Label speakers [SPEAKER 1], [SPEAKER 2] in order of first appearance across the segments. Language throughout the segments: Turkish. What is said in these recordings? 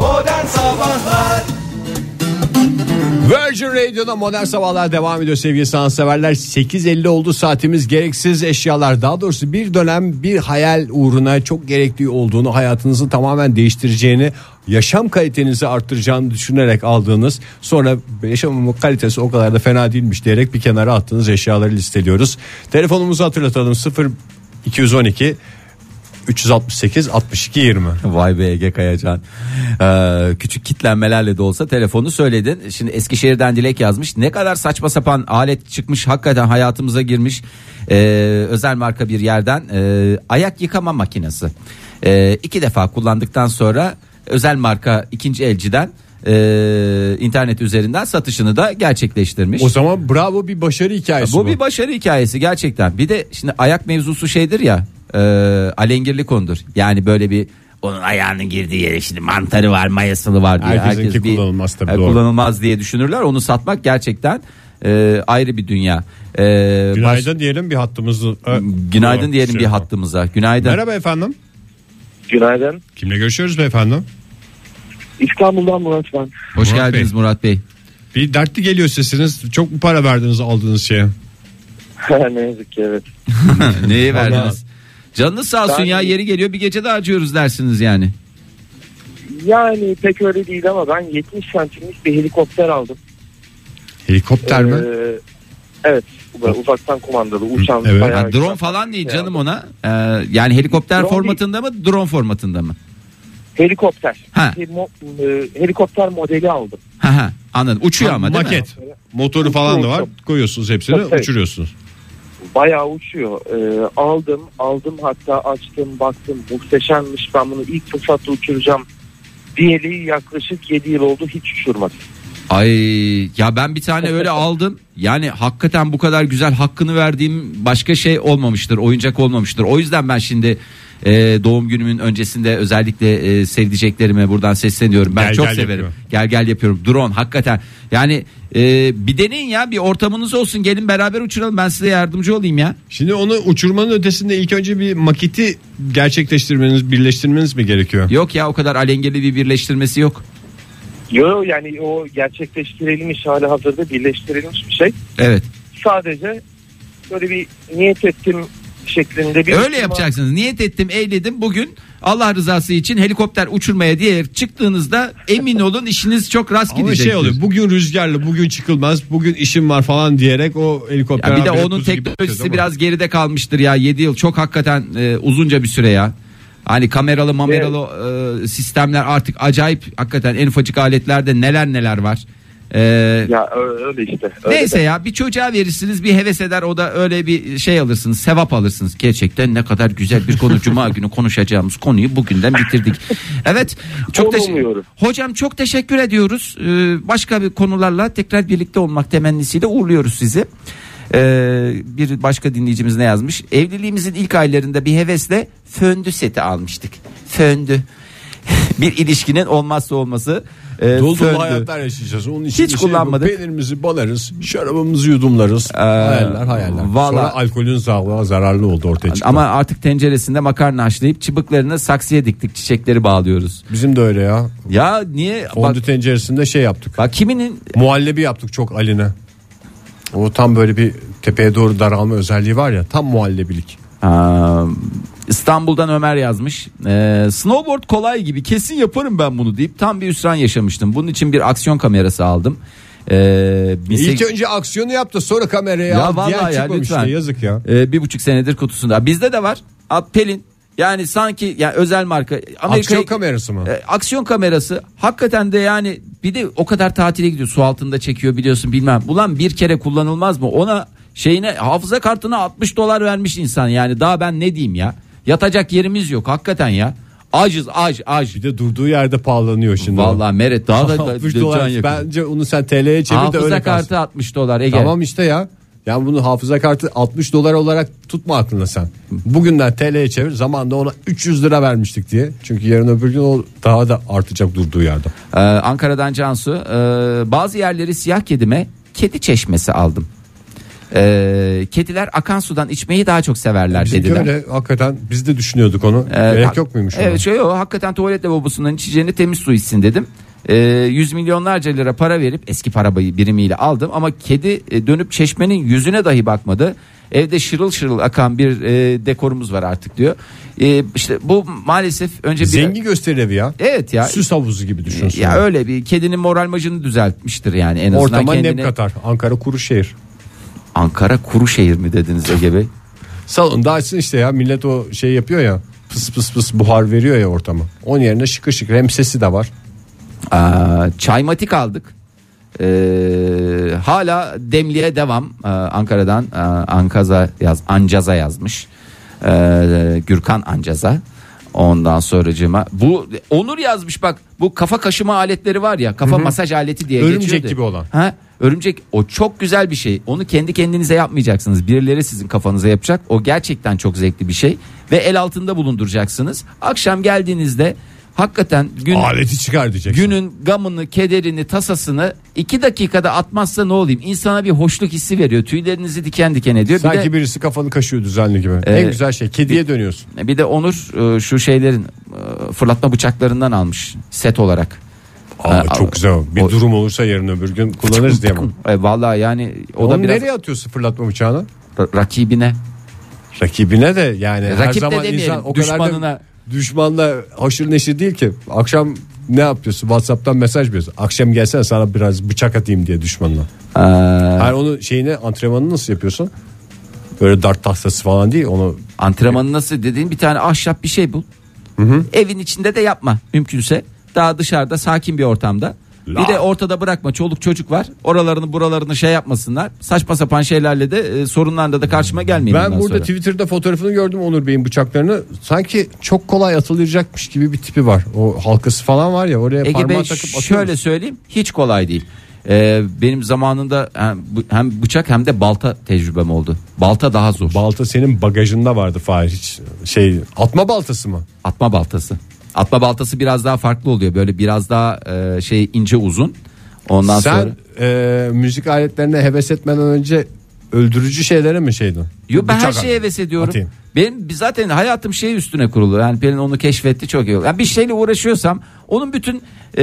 [SPEAKER 1] Modern Sabahlar
[SPEAKER 2] Virgin Radio'da modern sabahlar devam ediyor sevgili sanatseverler. 8.50 oldu saatimiz gereksiz eşyalar daha doğrusu bir dönem bir hayal uğruna çok gerekli olduğunu hayatınızı tamamen değiştireceğini yaşam kalitenizi arttıracağını düşünerek aldığınız sonra yaşamın kalitesi o kadar da fena değilmiş diyerek bir kenara attığınız eşyaları listeliyoruz. Telefonumuzu hatırlatalım 0 212 368 62 20.
[SPEAKER 3] Vay be Ege Kayacan. Ee, küçük kitlenmelerle de olsa telefonu söyledin. Şimdi Eskişehir'den Dilek yazmış. Ne kadar saçma sapan alet çıkmış hakikaten hayatımıza girmiş. Ee, özel marka bir yerden ee, ayak yıkama makinesi. Ee, iki defa kullandıktan sonra özel marka ikinci elciden ee, internet üzerinden satışını da gerçekleştirmiş.
[SPEAKER 2] O zaman bravo bir başarı hikayesi bu.
[SPEAKER 3] Bu bir başarı hikayesi gerçekten. Bir de şimdi ayak mevzusu şeydir ya e, alengirli konudur. Yani böyle bir onun ayağının girdiği yere şimdi mantarı var mayasılı var diye.
[SPEAKER 2] Herkesinki kullanılmaz tabii,
[SPEAKER 3] e,
[SPEAKER 2] doğru.
[SPEAKER 3] Kullanılmaz diye düşünürler. Onu satmak gerçekten e, ayrı bir dünya. E, baş-
[SPEAKER 2] Günaydın diyelim bir hattımızı.
[SPEAKER 3] günaydın diyelim bir hattımıza. Günaydın.
[SPEAKER 2] Merhaba efendim.
[SPEAKER 4] Günaydın.
[SPEAKER 2] Kimle görüşüyoruz beyefendi?
[SPEAKER 4] İstanbul'dan Murat ben.
[SPEAKER 3] Hoş
[SPEAKER 2] Murat
[SPEAKER 3] geldiniz
[SPEAKER 2] Bey.
[SPEAKER 3] Murat Bey.
[SPEAKER 2] Bir dertli geliyor sesiniz. Çok mu para verdiniz aldığınız şeye?
[SPEAKER 4] ne yazık ki evet.
[SPEAKER 3] Neyi verdiniz? Canınız sağ olsun
[SPEAKER 4] Ben-
[SPEAKER 3] ya yeri geliyor bir gece de harcıyoruz dersiniz yani.
[SPEAKER 4] Yani pek öyle değil ama ben 70 santimlik bir helikopter aldım.
[SPEAKER 2] Helikopter mi?
[SPEAKER 4] Ee, evet. Böyle uzaktan kumandalı uçan.
[SPEAKER 2] Evet.
[SPEAKER 3] Ha,
[SPEAKER 4] bayağı
[SPEAKER 3] drone
[SPEAKER 4] güzel.
[SPEAKER 3] falan değil
[SPEAKER 4] Ya.
[SPEAKER 3] canım ona. Ee, yani helikopter
[SPEAKER 4] Drone
[SPEAKER 3] formatında mı drone formatında mı?
[SPEAKER 4] Helikopter.
[SPEAKER 3] Ha.
[SPEAKER 4] Bir mo- e, helikopter modeli aldım.
[SPEAKER 3] Ha ha anladım. Uçuyor ama değil mi?
[SPEAKER 2] Maket. Motoru falan da var. Koyuyorsunuz hepsini
[SPEAKER 4] Tabii, tabii.
[SPEAKER 2] uçuruyorsunuz.
[SPEAKER 4] Bayağı uçuyor. Ee, aldım, aldım hatta açtım, baktım muhteşemmiş. Ben bunu ilk fırsatta uçuracağım. Diyeli yaklaşık 7 yıl oldu hiç uçurmadım.
[SPEAKER 3] Ay ya ben bir tane öyle aldım. Yani hakikaten bu kadar güzel hakkını verdiğim başka şey olmamıştır. Oyuncak olmamıştır. O yüzden ben şimdi e, doğum günümün öncesinde özellikle e, sevdiceklerime buradan sesleniyorum. Ben
[SPEAKER 2] Gel
[SPEAKER 3] çok
[SPEAKER 2] gel
[SPEAKER 3] severim.
[SPEAKER 2] yapıyor.
[SPEAKER 3] Gel gel yapıyorum. Drone hakikaten. Yani e, bir deneyin ya bir ortamınız olsun. Gelin beraber uçuralım. Ben size yardımcı olayım ya.
[SPEAKER 2] Şimdi onu uçurmanın ötesinde ilk önce bir maketi gerçekleştirmeniz, birleştirmeniz mi gerekiyor?
[SPEAKER 3] Yok ya o kadar alengeli bir birleştirmesi yok.
[SPEAKER 4] Yo yani o gerçekleştirilmiş hali hazırda birleştirilmiş bir şey.
[SPEAKER 3] Evet.
[SPEAKER 4] sadece böyle bir niyet ettim şeklinde bir
[SPEAKER 3] Öyle yapacaksınız. Niyet ettim, eyledim. Bugün Allah rızası için helikopter uçurmaya diye çıktığınızda emin olun işiniz çok rast
[SPEAKER 2] Ama
[SPEAKER 3] gidecektir.
[SPEAKER 2] şey oluyor bugün rüzgarlı bugün çıkılmaz bugün işim var falan diyerek o helikopter
[SPEAKER 3] Ya bir de
[SPEAKER 2] haberi
[SPEAKER 3] onun
[SPEAKER 2] kuzu gibi bakıyor,
[SPEAKER 3] teknolojisi
[SPEAKER 2] değil mi?
[SPEAKER 3] biraz geride kalmıştır ya. 7 yıl çok hakikaten e, uzunca bir süre ya. Hani kameralı mameralı e, sistemler artık acayip hakikaten en ufacık aletlerde neler neler var. E,
[SPEAKER 4] Ya ö- öyle işte. Öyle
[SPEAKER 3] neyse ya bir çocuğa verirsiniz bir heves eder o da öyle bir şey alırsınız sevap alırsınız. Gerçekten ne kadar güzel bir konu cuma günü konuşacağımız konuyu bugünden bitirdik. Evet çok
[SPEAKER 4] Konu
[SPEAKER 3] teşe-
[SPEAKER 4] umuyorum.
[SPEAKER 3] Hocam çok teşekkür ediyoruz. Ee, başka bir konularla tekrar birlikte olmak temennisiyle uğurluyoruz sizi. Ee, bir başka dinleyicimiz ne yazmış? Evliliğimizin ilk aylarında bir hevesle föndü seti almıştık. Föndü. bir ilişkinin olmazsa olması e,
[SPEAKER 2] Dolu
[SPEAKER 3] föndü.
[SPEAKER 2] dolu hayatlar yaşayacağız. Onun için
[SPEAKER 3] Hiç
[SPEAKER 2] şey yapıp
[SPEAKER 3] kullanmadık. Ee,
[SPEAKER 2] peynirimizi balarız, şarabımızı yudumlarız. hayaller hayaller.
[SPEAKER 3] valla-
[SPEAKER 2] Sonra alkolün sağlığa zararlı oldu ortaya çıktı.
[SPEAKER 3] Ama artık tenceresinde makarna haşlayıp çıbıklarını saksıya diktik çiçekleri bağlıyoruz.
[SPEAKER 2] Bizim de öyle ya.
[SPEAKER 3] Ya niye? Bak,
[SPEAKER 2] Fondü tenceresinde şey yaptık.
[SPEAKER 3] bak kiminin
[SPEAKER 2] Muhallebi yaptık çok aline. O tam böyle bir tepeye doğru daralma özelliği var ya tam muhallebilik.
[SPEAKER 3] Aa, İstanbul'dan Ömer yazmış. Ee, snowboard kolay gibi kesin yaparım ben bunu deyip tam bir üsran yaşamıştım. Bunun için bir aksiyon kamerası aldım. Ee, bin
[SPEAKER 2] İlk
[SPEAKER 3] sek-
[SPEAKER 2] önce aksiyonu yaptı sonra kameraya
[SPEAKER 3] Ya
[SPEAKER 2] ya al diyen
[SPEAKER 3] vallahi ya,
[SPEAKER 2] çıkmamış
[SPEAKER 3] lütfen.
[SPEAKER 2] da yazık ya.
[SPEAKER 3] Ee, bir buçuk senedir kutusunda. Bizde de var. Aa, Pelin yani sanki yani özel marka. Amerika'ya-
[SPEAKER 2] Aksiyon kamerası mı?
[SPEAKER 3] E, aksiyon kamerası hakikaten de yani bir de o kadar tatile gidiyor su altında çekiyor biliyorsun bilmem. Ulan bir kere kullanılmaz mı? Ona şeyine hafıza kartına 60 dolar vermiş insan yani daha ben ne diyeyim ya. Yatacak yerimiz yok hakikaten ya. Acız ac ac.
[SPEAKER 2] Bir de durduğu yerde pahalanıyor şimdi.
[SPEAKER 3] Vallahi Meret daha da
[SPEAKER 2] 60
[SPEAKER 3] can
[SPEAKER 2] dolar.
[SPEAKER 3] yakıyor.
[SPEAKER 2] Bence onu sen TL'ye çevir de öyle
[SPEAKER 3] Hafıza
[SPEAKER 2] kalsın.
[SPEAKER 3] kartı 60 dolar Ege.
[SPEAKER 2] Tamam işte ya. Yani bunu hafıza kartı 60 dolar olarak tutma aklında sen. Bugünden TL'ye çevir. Zamanında ona 300 lira vermiştik diye. Çünkü yarın öbür gün o daha da artacak durduğu yerde.
[SPEAKER 3] Ee, Ankara'dan Cansu. Ee, bazı yerleri siyah kedime kedi çeşmesi aldım. Ee, kediler akan sudan içmeyi daha çok severler
[SPEAKER 2] Bizimki
[SPEAKER 3] dediler.
[SPEAKER 2] öyle hakikaten biz de düşünüyorduk onu.
[SPEAKER 3] Ee,
[SPEAKER 2] Gerek
[SPEAKER 3] hak-
[SPEAKER 2] yok muymuş ona?
[SPEAKER 3] Evet şey o hakikaten tuvalet lavabosundan içeceğini temiz su içsin dedim. Ee, yüz milyonlarca lira para verip eski para birimiyle aldım ama kedi e, dönüp çeşmenin yüzüne dahi bakmadı. Evde şırıl şırıl akan bir e, dekorumuz var artık diyor. E, işte bu maalesef önce bir
[SPEAKER 2] Zengin gösterir evi ya.
[SPEAKER 3] Evet ya.
[SPEAKER 2] Süs havuzu gibi düşünsün.
[SPEAKER 3] Ya öyle bir kedinin moral macını düzeltmiştir yani en azından
[SPEAKER 2] Ortama
[SPEAKER 3] kendine.
[SPEAKER 2] nem katar. Ankara kuru şehir.
[SPEAKER 3] Ankara kuru şehir mi dediniz Ege Bey?
[SPEAKER 2] Salonda açsın işte ya millet o şey yapıyor ya pıs pıs pıs buhar veriyor ya ortama. Onun yerine şıkır şıkır hem sesi de var.
[SPEAKER 3] Aa, çaymatik aldık. Ee, hala demliğe devam Ee, Ankara'dan e, Ankaza yaz Ancaza yazmış Ee, Gürkan Ancaza ondan sonracığıma bu Onur yazmış bak bu kafa kaşıma aletleri var ya kafa masaj aleti diye
[SPEAKER 2] Örümcek
[SPEAKER 3] geçiyordu.
[SPEAKER 2] gibi olan.
[SPEAKER 3] ha, örümcek o çok güzel bir şey onu kendi kendinize yapmayacaksınız birileri sizin kafanıza yapacak o gerçekten çok zevkli bir şey ve el altında bulunduracaksınız akşam geldiğinizde hakikaten gün
[SPEAKER 2] Aleti çıkar diyecek.
[SPEAKER 3] Günün gamını, kederini, tasasını iki dakikada atmazsa ne olayım? İnsana bir hoşluk hissi veriyor. Tüylerinizi diken diken ediyor. Bir
[SPEAKER 2] Sanki
[SPEAKER 3] de,
[SPEAKER 2] birisi kafanı kaşıyor düzenli gibi.
[SPEAKER 3] Ee,
[SPEAKER 2] en güzel şey kediye dönüyorsun.
[SPEAKER 3] bir de Onur e, şu şeylerin e, fırlatma bıçaklarından almış set olarak.
[SPEAKER 2] Aa,
[SPEAKER 3] e,
[SPEAKER 2] çok güzel. Bir
[SPEAKER 3] o-
[SPEAKER 2] durum olursa yarın öbür gün kullanırız diye mi?
[SPEAKER 3] E, vallahi yani o
[SPEAKER 2] Onu
[SPEAKER 3] da biraz
[SPEAKER 2] nereye atıyorsun fırlatma bıçağını?
[SPEAKER 3] ra- rakibine.
[SPEAKER 2] Rakibine de yani her
[SPEAKER 3] Rakip de
[SPEAKER 2] zaman
[SPEAKER 3] demeyelim,
[SPEAKER 2] insan o kadar
[SPEAKER 3] düşmanına.
[SPEAKER 2] da düşmanla haşır neşir değil ki. Akşam ne yapıyorsun? Whatsapp'tan mesaj veriyorsun. Akşam gelsen sana biraz bıçak atayım diye düşmanla.
[SPEAKER 3] Ee,
[SPEAKER 2] Her onun şeyini antrenmanını nasıl yapıyorsun? Böyle dart tahtası falan değil onu
[SPEAKER 3] antrenmanı nasıl dediğin bir tane ahşap bir şey bul. Evin içinde de yapma mümkünse. Daha dışarıda sakin bir ortamda. Bir de ortada bırakma çoluk çocuk var. Oralarını buralarını şey yapmasınlar. Saçma sapan şeylerle de e, sorunlarla da karşıma gelmeyin.
[SPEAKER 2] Ben
[SPEAKER 3] bundan
[SPEAKER 2] burada
[SPEAKER 3] sonra.
[SPEAKER 2] Twitter'da fotoğrafını gördüm Onur Bey'in bıçaklarını. Sanki çok kolay atılacakmış gibi bir tipi var. O halkası falan var ya oraya
[SPEAKER 3] Ege
[SPEAKER 2] parmağı
[SPEAKER 3] Bey
[SPEAKER 2] takıp atıyor.
[SPEAKER 3] şöyle söyleyeyim hiç kolay değil. Ee, benim zamanında hem, bı- hem bıçak hem de balta tecrübem oldu. Balta daha zor.
[SPEAKER 2] Balta senin bagajında vardı Fahir hiç şey atma baltası mı?
[SPEAKER 3] Atma baltası. Atma baltası biraz daha farklı oluyor. Böyle biraz daha e, şey ince uzun. Ondan
[SPEAKER 2] Sen
[SPEAKER 3] sonra
[SPEAKER 2] e, müzik aletlerine heves etmeden önce öldürücü şeylere mi şeydin?
[SPEAKER 3] Yo, ben her
[SPEAKER 2] Bıçak
[SPEAKER 3] şeye
[SPEAKER 2] at-
[SPEAKER 3] heves ediyorum.
[SPEAKER 2] atayım.
[SPEAKER 3] Benim zaten hayatım şey üstüne kurulu. Yani Pelin onu keşfetti çok iyi. oldu. Yani bir şeyle uğraşıyorsam onun bütün e,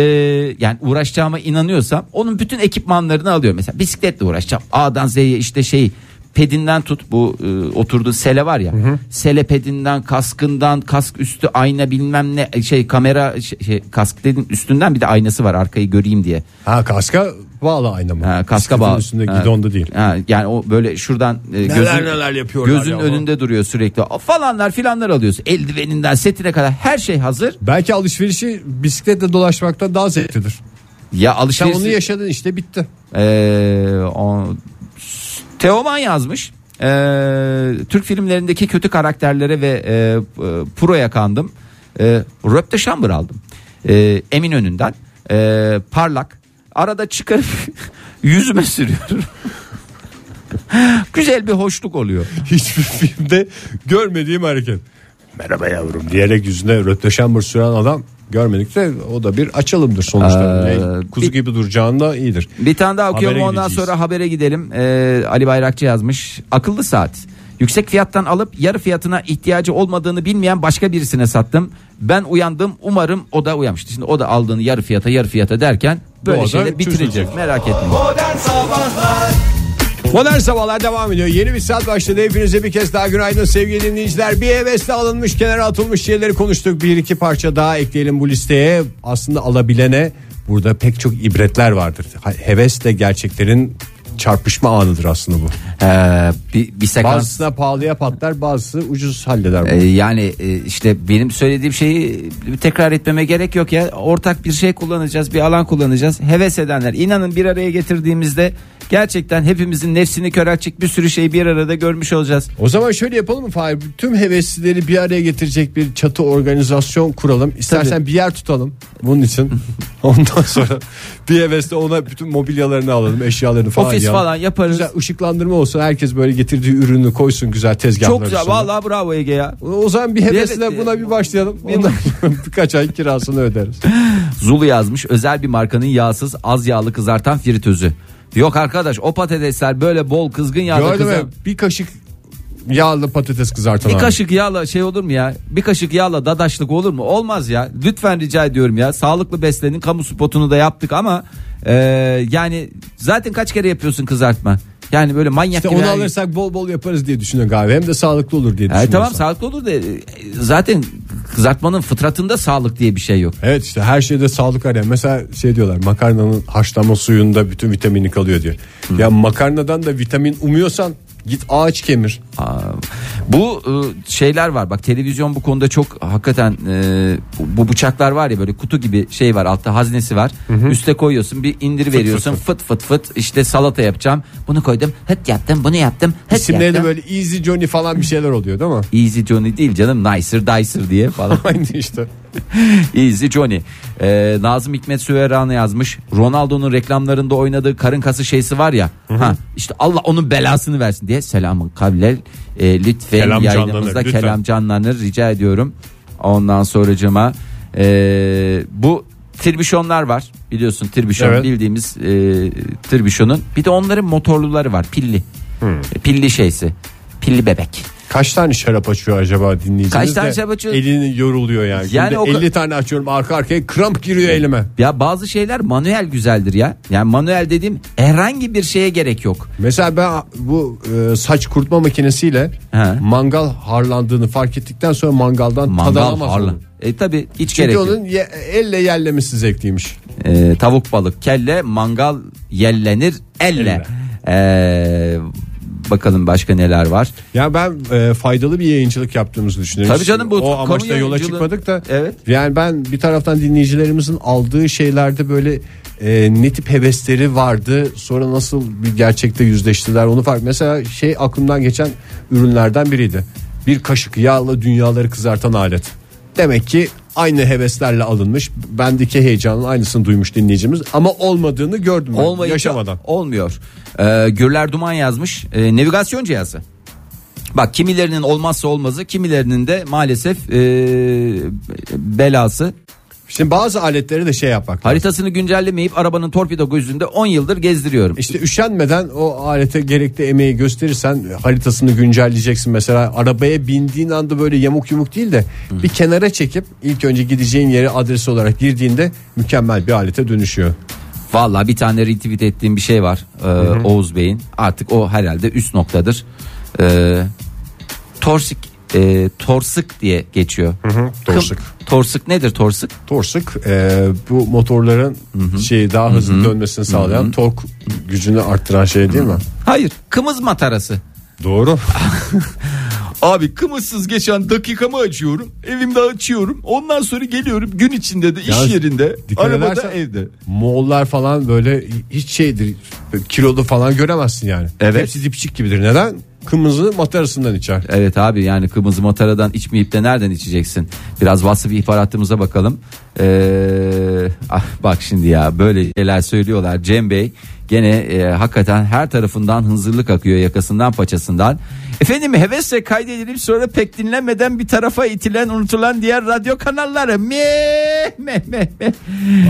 [SPEAKER 3] yani uğraşacağıma inanıyorsam onun bütün ekipmanlarını alıyorum. Mesela bisikletle uğraşacağım. A'dan Z'ye işte şey pedinden tut bu e, oturduğu sele var ya. Sele pedinden, kaskından, kask üstü ayna bilmem ne şey kamera şey, şey, kask dedim üstünden bir de aynası var arkayı göreyim diye.
[SPEAKER 2] Ha kaska bağlı ayna mı?
[SPEAKER 3] Ha, kaska
[SPEAKER 2] Bisikletin
[SPEAKER 3] bağlı.
[SPEAKER 2] üstünde
[SPEAKER 3] Ha.
[SPEAKER 2] gidonda değil.
[SPEAKER 3] Ha, yani o böyle şuradan e, gözün,
[SPEAKER 2] neler yapıyorlar
[SPEAKER 3] gözün
[SPEAKER 2] ya o.
[SPEAKER 3] önünde duruyor sürekli. O falanlar filanlar alıyorsun. Eldiveninden setine kadar her şey hazır.
[SPEAKER 2] Belki alışverişi bisikletle dolaşmaktan daha zevklidir.
[SPEAKER 3] Ya
[SPEAKER 2] Sen
[SPEAKER 3] alışveriş.
[SPEAKER 2] onu yaşadın işte bitti.
[SPEAKER 3] Ee, o- Teoman yazmış. Ee, Türk filmlerindeki kötü karakterlere ve e, e, proya kandım. E, Röpte Şambır aldım. E, Emin önünden. parlak. Arada çıkarıp yüzüme sürüyorum. Güzel bir hoşluk oluyor.
[SPEAKER 2] Hiçbir filmde görmediğim hareket. Merhaba yavrum diyerek yüzüne röpteşambur süren adam görmedik de o da bir açılımdır sonuçta.
[SPEAKER 3] Ee,
[SPEAKER 2] Ne, kuzu
[SPEAKER 3] bir-
[SPEAKER 2] gibi duracağında iyidir.
[SPEAKER 3] Bir tane daha okuyorum
[SPEAKER 2] Habere
[SPEAKER 3] ondan
[SPEAKER 2] gideceğiz.
[SPEAKER 3] sonra habere gidelim. Ee, Ali Bayrakçı yazmış. Akıllı saat. Yüksek fiyattan alıp yarı fiyatına ihtiyacı olmadığını bilmeyen başka birisine sattım. Ben uyandım umarım o da uyanmıştı. Şimdi o da aldığını yarı fiyata yarı fiyata derken
[SPEAKER 2] Bu
[SPEAKER 3] böyle
[SPEAKER 2] adam
[SPEAKER 3] şeyle bitirecek.
[SPEAKER 2] çözülecek.
[SPEAKER 3] Merak etmeyin.
[SPEAKER 2] Modern Sabahlar devam ediyor. Yeni bir saat başladı. Hepinize bir kez daha günaydın sevgili dinleyiciler. Bir hevesle alınmış, kenara atılmış şeyleri konuştuk. Bir iki parça daha ekleyelim bu listeye. Aslında alabilene burada pek çok ibretler vardır. Ha- Hevesle gerçeklerin çarpışma anıdır aslında bu.
[SPEAKER 3] Ee, bir, bir sekans.
[SPEAKER 2] Bazısına pahalıya patlar, bazısı ucuz halleder.
[SPEAKER 3] Ee, yani e, işte benim söylediğim şeyi tekrar etmeme gerek yok ya. Ortak bir şey kullanacağız, bir alan kullanacağız. Heves edenler inanın bir araya getirdiğimizde gerçekten hepimizin nefsini köreltecek bir sürü şeyi bir arada görmüş olacağız.
[SPEAKER 2] O zaman şöyle yapalım mı Fahir? Tüm heveslileri bir araya getirecek bir çatı organizasyon kuralım. İstersen
[SPEAKER 3] Tabii.
[SPEAKER 2] bir yer tutalım bunun için. Ondan sonra bir hevesle ona bütün mobilyalarını alalım, eşyalarını falan.
[SPEAKER 3] Ofis
[SPEAKER 2] alalım.
[SPEAKER 3] falan yaparız.
[SPEAKER 2] Güzel ışıklandırma olsun. Herkes böyle getirdiği ürünü koysun güzel tezgahlar
[SPEAKER 3] Çok güzel.
[SPEAKER 2] üstüne.
[SPEAKER 3] Vallahi bravo Ege ya.
[SPEAKER 2] O zaman bir hevesle
[SPEAKER 3] Evet.
[SPEAKER 2] buna bir başlayalım. Ondan sonra birkaç ay kirasını öderiz.
[SPEAKER 3] Zulu yazmış. Özel bir markanın yağsız az yağlı kızartan fritözü. Yok arkadaş o patatesler böyle bol kızgın yağda
[SPEAKER 2] Gördün mü?
[SPEAKER 3] kızar.
[SPEAKER 2] Bir kaşık yağlı patates kızartan
[SPEAKER 3] Bir
[SPEAKER 2] abi.
[SPEAKER 3] kaşık yağla şey olur mu ya? Bir kaşık yağla dadaşlık olur mu? Olmaz ya. Lütfen rica ediyorum ya. Sağlıklı beslenin. Kamu spotunu da yaptık ama e, yani zaten kaç kere yapıyorsun kızartma? Yani böyle manyak
[SPEAKER 2] İşte
[SPEAKER 3] gibi.
[SPEAKER 2] onu
[SPEAKER 3] her-
[SPEAKER 2] alırsak bol bol yaparız diye düşünüyorum galiba. Hem de sağlıklı olur diye
[SPEAKER 3] E,
[SPEAKER 2] düşünüyorum.
[SPEAKER 3] tamam sağlıklı olur da e, zaten kızartmanın fıtratında sağlık diye bir şey yok.
[SPEAKER 2] Evet işte her şeyde sağlık arayan. Mesela şey diyorlar makarnanın haşlama suyunda bütün vitamini kalıyor diyor. Ya makarnadan da vitamin umuyorsan git ağaç kemir.
[SPEAKER 3] Aa, Bu e, şeyler var bak televizyon bu konuda çok hakikaten e, bu- bu bıçaklar var ya böyle kutu gibi şey var altta haznesi var. Üste koyuyorsun bir indir veriyorsun fıt, fıt fıt işte salata yapacağım. Bunu koydum hıt yaptım bunu yaptım hıt
[SPEAKER 2] İsimleri de
[SPEAKER 3] yaptım.
[SPEAKER 2] böyle Easy Johnny falan bir şeyler oluyor değil mi?
[SPEAKER 3] Easy Johnny değil canım nicer dicer diye falan.
[SPEAKER 2] Aynı işte.
[SPEAKER 3] Easy Johnny. Ee, Nazım Hikmet Süveyran'ı yazmış. Ronaldo'nun reklamlarında oynadığı karın kası şeysi var ya. Ha, işte Allah onun belasını versin diye selamın kavlel e, lütfen
[SPEAKER 2] Kelam
[SPEAKER 3] yayınımızda
[SPEAKER 2] canlanır, lütfen.
[SPEAKER 3] kelam canlanır rica ediyorum. Ondan sonracıma e, bu tribüşonlar var biliyorsun tribüşon
[SPEAKER 2] Evet.
[SPEAKER 3] bildiğimiz e, tribüşonun bir de onların motorluları var pilli E, pilli şeysi pilli bebek.
[SPEAKER 2] Kaç tane şarap açıyor acaba dinleyicimiz
[SPEAKER 3] Kaç tane
[SPEAKER 2] de
[SPEAKER 3] şarap açıyor?
[SPEAKER 2] Elini yoruluyor yani.
[SPEAKER 3] Yani
[SPEAKER 2] Günde
[SPEAKER 3] o ka-
[SPEAKER 2] 50 tane açıyorum arka arkaya kramp giriyor elime.
[SPEAKER 3] Ya bazı şeyler manuel güzeldir ya. Yani manuel dediğim herhangi bir şeye gerek yok.
[SPEAKER 2] Mesela ben bu e, saç kurutma makinesiyle
[SPEAKER 3] He.
[SPEAKER 2] mangal harlandığını fark ettikten sonra mangaldan tad
[SPEAKER 3] Mangal
[SPEAKER 2] alamaz
[SPEAKER 3] harlan.
[SPEAKER 2] oldum.
[SPEAKER 3] E tabi hiç
[SPEAKER 2] Çünkü
[SPEAKER 3] gerek yok.
[SPEAKER 2] onun ye- elle yerlemesi zevkliymiş.
[SPEAKER 3] E, tavuk balık kelle mangal yellenir elle. E, bakalım başka neler var.
[SPEAKER 2] Ya ben e, faydalı bir yayıncılık yaptığımızı düşünüyorum.
[SPEAKER 3] Tabii canım bu
[SPEAKER 2] o
[SPEAKER 3] kamu
[SPEAKER 2] amaçla yola
[SPEAKER 3] yayıncılığı-
[SPEAKER 2] çıkmadık da.
[SPEAKER 3] Evet.
[SPEAKER 2] Yani ben bir taraftan dinleyicilerimizin aldığı şeylerde böyle e, ne tip hevesleri vardı, sonra nasıl bir gerçekte yüzleştiler onu fark. Mesela şey aklımdan geçen ürünlerden biriydi. Bir kaşık yağla dünyaları kızartan alet. Demek ki aynı heveslerle alınmış. Bendeki heyecanın aynısını duymuş dinleyicimiz ama olmadığını gördüm ben
[SPEAKER 3] Olmayınca
[SPEAKER 2] yaşamadan.
[SPEAKER 3] Olmuyor. E, Gürler Duman yazmış. E, navigasyon cihazı. Bak kimilerinin olmazsa olmazı kimilerinin de maalesef e, belası
[SPEAKER 2] Şimdi bazı aletleri de şey yapmak. lazım.
[SPEAKER 3] Haritasını güncellemeyip arabanın torpido gözünde 10 yıldır gezdiriyorum.
[SPEAKER 2] İşte üşenmeden o alete gerekli emeği gösterirsen haritasını güncelleyeceksin mesela arabaya bindiğin anda böyle yamuk yumuk değil de bir kenara çekip ilk önce gideceğin yeri adresi olarak girdiğinde mükemmel bir alete dönüşüyor.
[SPEAKER 3] Vallahi bir tane retweet ettiğim bir şey var ee, Oğuz Bey'in. Artık o herhalde üst noktadır. Ee, torsik e, torsık diye geçiyor.
[SPEAKER 2] torsık.
[SPEAKER 3] Kım- torsık nedir torsık?
[SPEAKER 2] Torsuk e, bu motorların şeyi daha hızlı dönmesini sağlayan tork gücünü arttıran şey değil mi?
[SPEAKER 3] Hayır kımız matarası.
[SPEAKER 2] Doğru.
[SPEAKER 3] Abi kımızsız geçen dakikamı açıyorum. Evimde açıyorum. Ondan sonra geliyorum gün içinde de iş
[SPEAKER 2] Yalnız dikkat edersen-
[SPEAKER 3] evde.
[SPEAKER 2] Moğollar falan böyle hiç şeydir kilolu falan göremezsin yani.
[SPEAKER 3] Evet.
[SPEAKER 2] Hepsi dipçik gibidir. Neden? Kırmızı matarasından içer.
[SPEAKER 3] Evet abi yani kırmızı mataradan içmeyip de nereden içeceksin? Biraz WhatsApp ihbaratımıza bakalım. Ee, ah, bak şimdi ya böyle şeyler söylüyorlar. Cem Bey gene e, hakikaten her tarafından hınzırlık akıyor yakasından paçasından. Efendim hevesle kaydedilip sonra pek dinlenmeden bir tarafa itilen unutulan diğer radyo kanalları. Meh meh meh meh.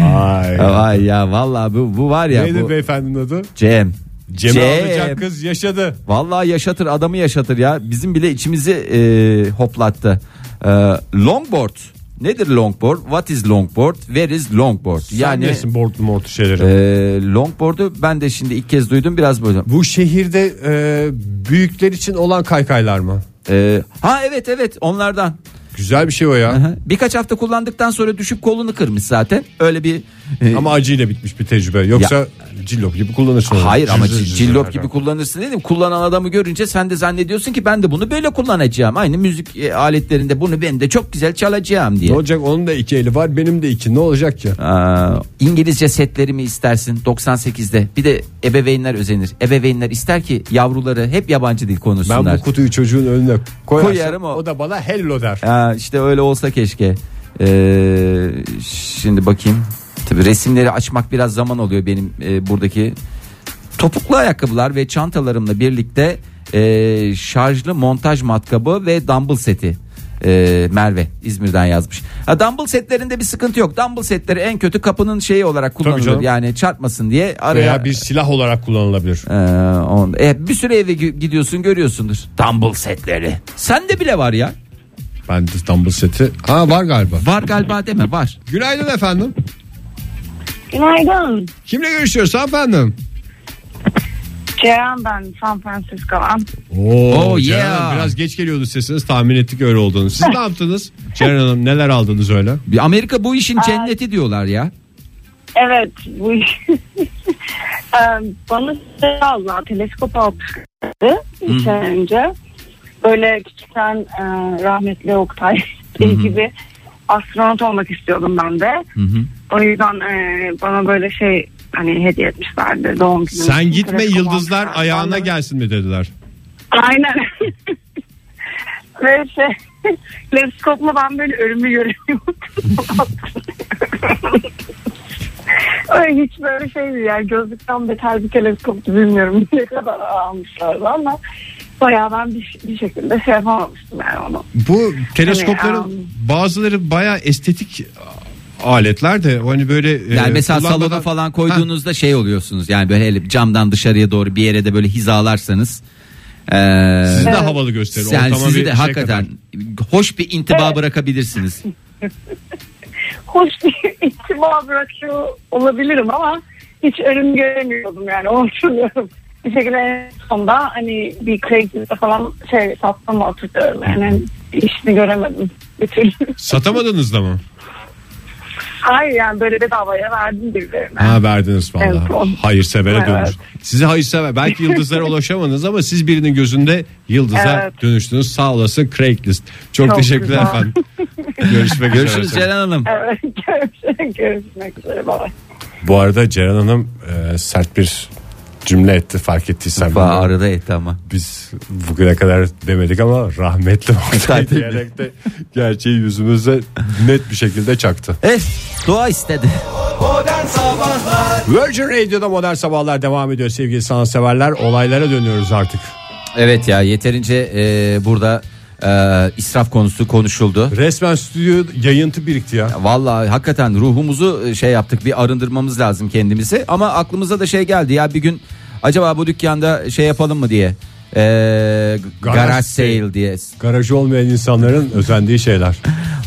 [SPEAKER 2] Vay.
[SPEAKER 3] Vay ya vallahi bu, bu var ya
[SPEAKER 2] Neydi
[SPEAKER 3] bu
[SPEAKER 2] beyefendinin adı?
[SPEAKER 3] Cem.
[SPEAKER 2] Cem'e
[SPEAKER 3] Cem.
[SPEAKER 2] alacak kız yaşadı.
[SPEAKER 3] Vallahi yaşatır adamı yaşatır ya. Bizim bile içimizi e, hoplattı. E, longboard. Nedir longboard? What is longboard? Where is longboard?
[SPEAKER 2] Yani
[SPEAKER 3] yani
[SPEAKER 2] Sen bortlu mortlu şeyleri.
[SPEAKER 3] e, longboard'u ben de şimdi ilk kez duydum biraz böyle.
[SPEAKER 2] bu şehirde e, büyükler için olan kaykaylar mı?
[SPEAKER 3] E, ha evet evet onlardan.
[SPEAKER 2] Güzel bir şey o ya.
[SPEAKER 3] Aha. Birkaç hafta kullandıktan sonra düşüp kolunu kırmış zaten. Öyle bir e,
[SPEAKER 2] ama acıyla bitmiş bir tecrübe. Yoksa cillop gibi kullanırsın. onu.
[SPEAKER 3] Hayır ama
[SPEAKER 2] Cızır
[SPEAKER 3] ci-
[SPEAKER 2] cızır
[SPEAKER 3] cillop
[SPEAKER 2] yani.
[SPEAKER 3] gibi kullanırsın dedim. Kullanan adamı görünce sen de zannediyorsun ki ben de bunu böyle kullanacağım. Aynı müzik e, aletlerinde bunu ben de çok güzel çalacağım diye.
[SPEAKER 2] Ne olacak onun da iki eli var benim de iki ne olacak ki?
[SPEAKER 3] Aa, Ee, İngilizce setlerimi istersin 98'de. Bir de ebeveynler özenir. Ebeveynler ister ki yavruları hep yabancı dil konuşsunlar.
[SPEAKER 2] Ben bu kutuyu çocuğun önüne koyarsam
[SPEAKER 3] Koyarım o.
[SPEAKER 2] o. da bana hello der.
[SPEAKER 3] Aa, işte öyle olsa keşke. Ee, şimdi bakayım. Tabii resimleri açmak biraz zaman oluyor benim e, buradaki topuklu ayakkabılar ve çantalarımla birlikte e, şarjlı montaj matkabı ve dumbbell seti. Ee, Merve İzmir'den yazmış. Ha, dumbbell setlerinde bir sıkıntı yok. Dumbbell setleri en kötü kapının şeyi olarak kullanılır.
[SPEAKER 2] canım.
[SPEAKER 3] Yani çarpmasın diye araya
[SPEAKER 2] Veya bir silah olarak kullanılabilir.
[SPEAKER 3] Ee, on, e, bir süre eve gi- gidiyorsun görüyorsundur. Dumbbell setleri. Sende bile var ya.
[SPEAKER 2] Ben de dumbbell seti. Ha var galiba.
[SPEAKER 3] Var galiba deme var.
[SPEAKER 2] Günaydın efendim.
[SPEAKER 1] Günaydın.
[SPEAKER 2] Kimle görüşüyoruz efendim?
[SPEAKER 1] Ceren ben San Francisco'dan.
[SPEAKER 2] Oo,
[SPEAKER 3] Oh,
[SPEAKER 2] Ceren
[SPEAKER 3] yeah.
[SPEAKER 2] Hanım, biraz geç geliyordu sesiniz tahmin ettik öyle olduğunu. Siz ne yaptınız? Ceren Hanım neler aldınız öyle?
[SPEAKER 3] Bir Amerika bu işin cenneti diyorlar ya.
[SPEAKER 1] Evet bu Eee, bana şey aldılar teleskop almıştı bir sene önce. Böyle küçükten eee, rahmetli Oktay Bey gibi astronot olmak istiyordum ben de. O yüzden eee, bana böyle şey hani hediye etmişlerdi doğum günü.
[SPEAKER 2] Sen gitme
[SPEAKER 1] Teleskop
[SPEAKER 2] yıldızlar
[SPEAKER 1] almışlar.
[SPEAKER 2] ayağına
[SPEAKER 1] Ben de-
[SPEAKER 2] gelsin mi dediler.
[SPEAKER 1] Aynen. Ve şey, teleskopla ben böyle ölümü görüyorum. Öyle hiç böyle şey değil yani gözlükten beter bir teleskoptu bilmiyorum ne kadar almışlardı ama bayağı ben bir, bir şekilde şey yapamamıştım yani onu.
[SPEAKER 2] Bu
[SPEAKER 1] Hani,
[SPEAKER 2] teleskopların bazıları baya estetik aletler de hani böyle
[SPEAKER 3] Yani
[SPEAKER 2] e,
[SPEAKER 3] mesela salona
[SPEAKER 2] kullanmadan-
[SPEAKER 3] falan
[SPEAKER 2] Ha,
[SPEAKER 3] koyduğunuzda şey oluyorsunuz. Yani böyle hele camdan dışarıya doğru bir yere de böyle hizalarsanız. ee,
[SPEAKER 2] sizi de
[SPEAKER 1] Evet.
[SPEAKER 2] havalı gösterir.
[SPEAKER 3] yani
[SPEAKER 2] ortama
[SPEAKER 3] sizi
[SPEAKER 2] bir
[SPEAKER 3] de
[SPEAKER 2] şey
[SPEAKER 3] hakikaten
[SPEAKER 2] katar.
[SPEAKER 3] hoş bir intiba
[SPEAKER 1] Evet.
[SPEAKER 3] bırakabilirsiniz.
[SPEAKER 1] Hoş bir ihtimal bırakıyor olabilirim ama hiç ölüm göremiyordum yani oturuyorum. Bir şekilde en sonunda hani bir Craigslist'e falan şey sattım oturuyorum yani bir işini göremedim bir türlü.
[SPEAKER 2] Satamadınız da mı?
[SPEAKER 1] Hayır yani böyle bedavaya verdim birilerine.
[SPEAKER 2] Ha verdiniz
[SPEAKER 1] Evet, o-
[SPEAKER 2] vallahi. Hayırsevere
[SPEAKER 1] Evet.
[SPEAKER 2] dönmüş. Sizi hayırsever. Belki yıldızlara ulaşamadınız ama siz birinin gözünde yıldıza
[SPEAKER 1] Evet.
[SPEAKER 2] dönüştünüz. Sağ olasın Craigslist. Çok,
[SPEAKER 1] Çok
[SPEAKER 2] teşekkürler
[SPEAKER 1] güzel.
[SPEAKER 2] efendim. Görüşmek üzere.
[SPEAKER 3] Görüşürüz Ceren Hanım.
[SPEAKER 1] Evet görüşmek, görüşmek üzere baba.
[SPEAKER 2] Bu arada Ceren Hanım e, sert bir cümle etti fark ettiysen. bilmiyorum.
[SPEAKER 3] Arada etti ama.
[SPEAKER 2] Biz bugüne kadar demedik ama rahmetli Oktay diyerek de gerçeği yüzümüze net bir şekilde çaktı.
[SPEAKER 3] Evet Eh, dua istedi.
[SPEAKER 2] Virgin Radio'da modern sabahlar devam ediyor sevgili sanatseverler. Olaylara dönüyoruz artık.
[SPEAKER 3] Evet ya yeterince e, burada e, israf konusu konuşuldu.
[SPEAKER 2] Resmen stüdyo yayıntı birikti ya.
[SPEAKER 3] Vallahi hakikaten ruhumuzu e, şey yaptık bir arındırmamız lazım kendimizi ama aklımıza da şey geldi ya bir gün acaba bu dükkanda şey yapalım mı diye E, garaj,
[SPEAKER 2] Garaj
[SPEAKER 3] sale
[SPEAKER 2] sale.
[SPEAKER 3] diye
[SPEAKER 2] Garajı olmayan insanların özendiği şeyler.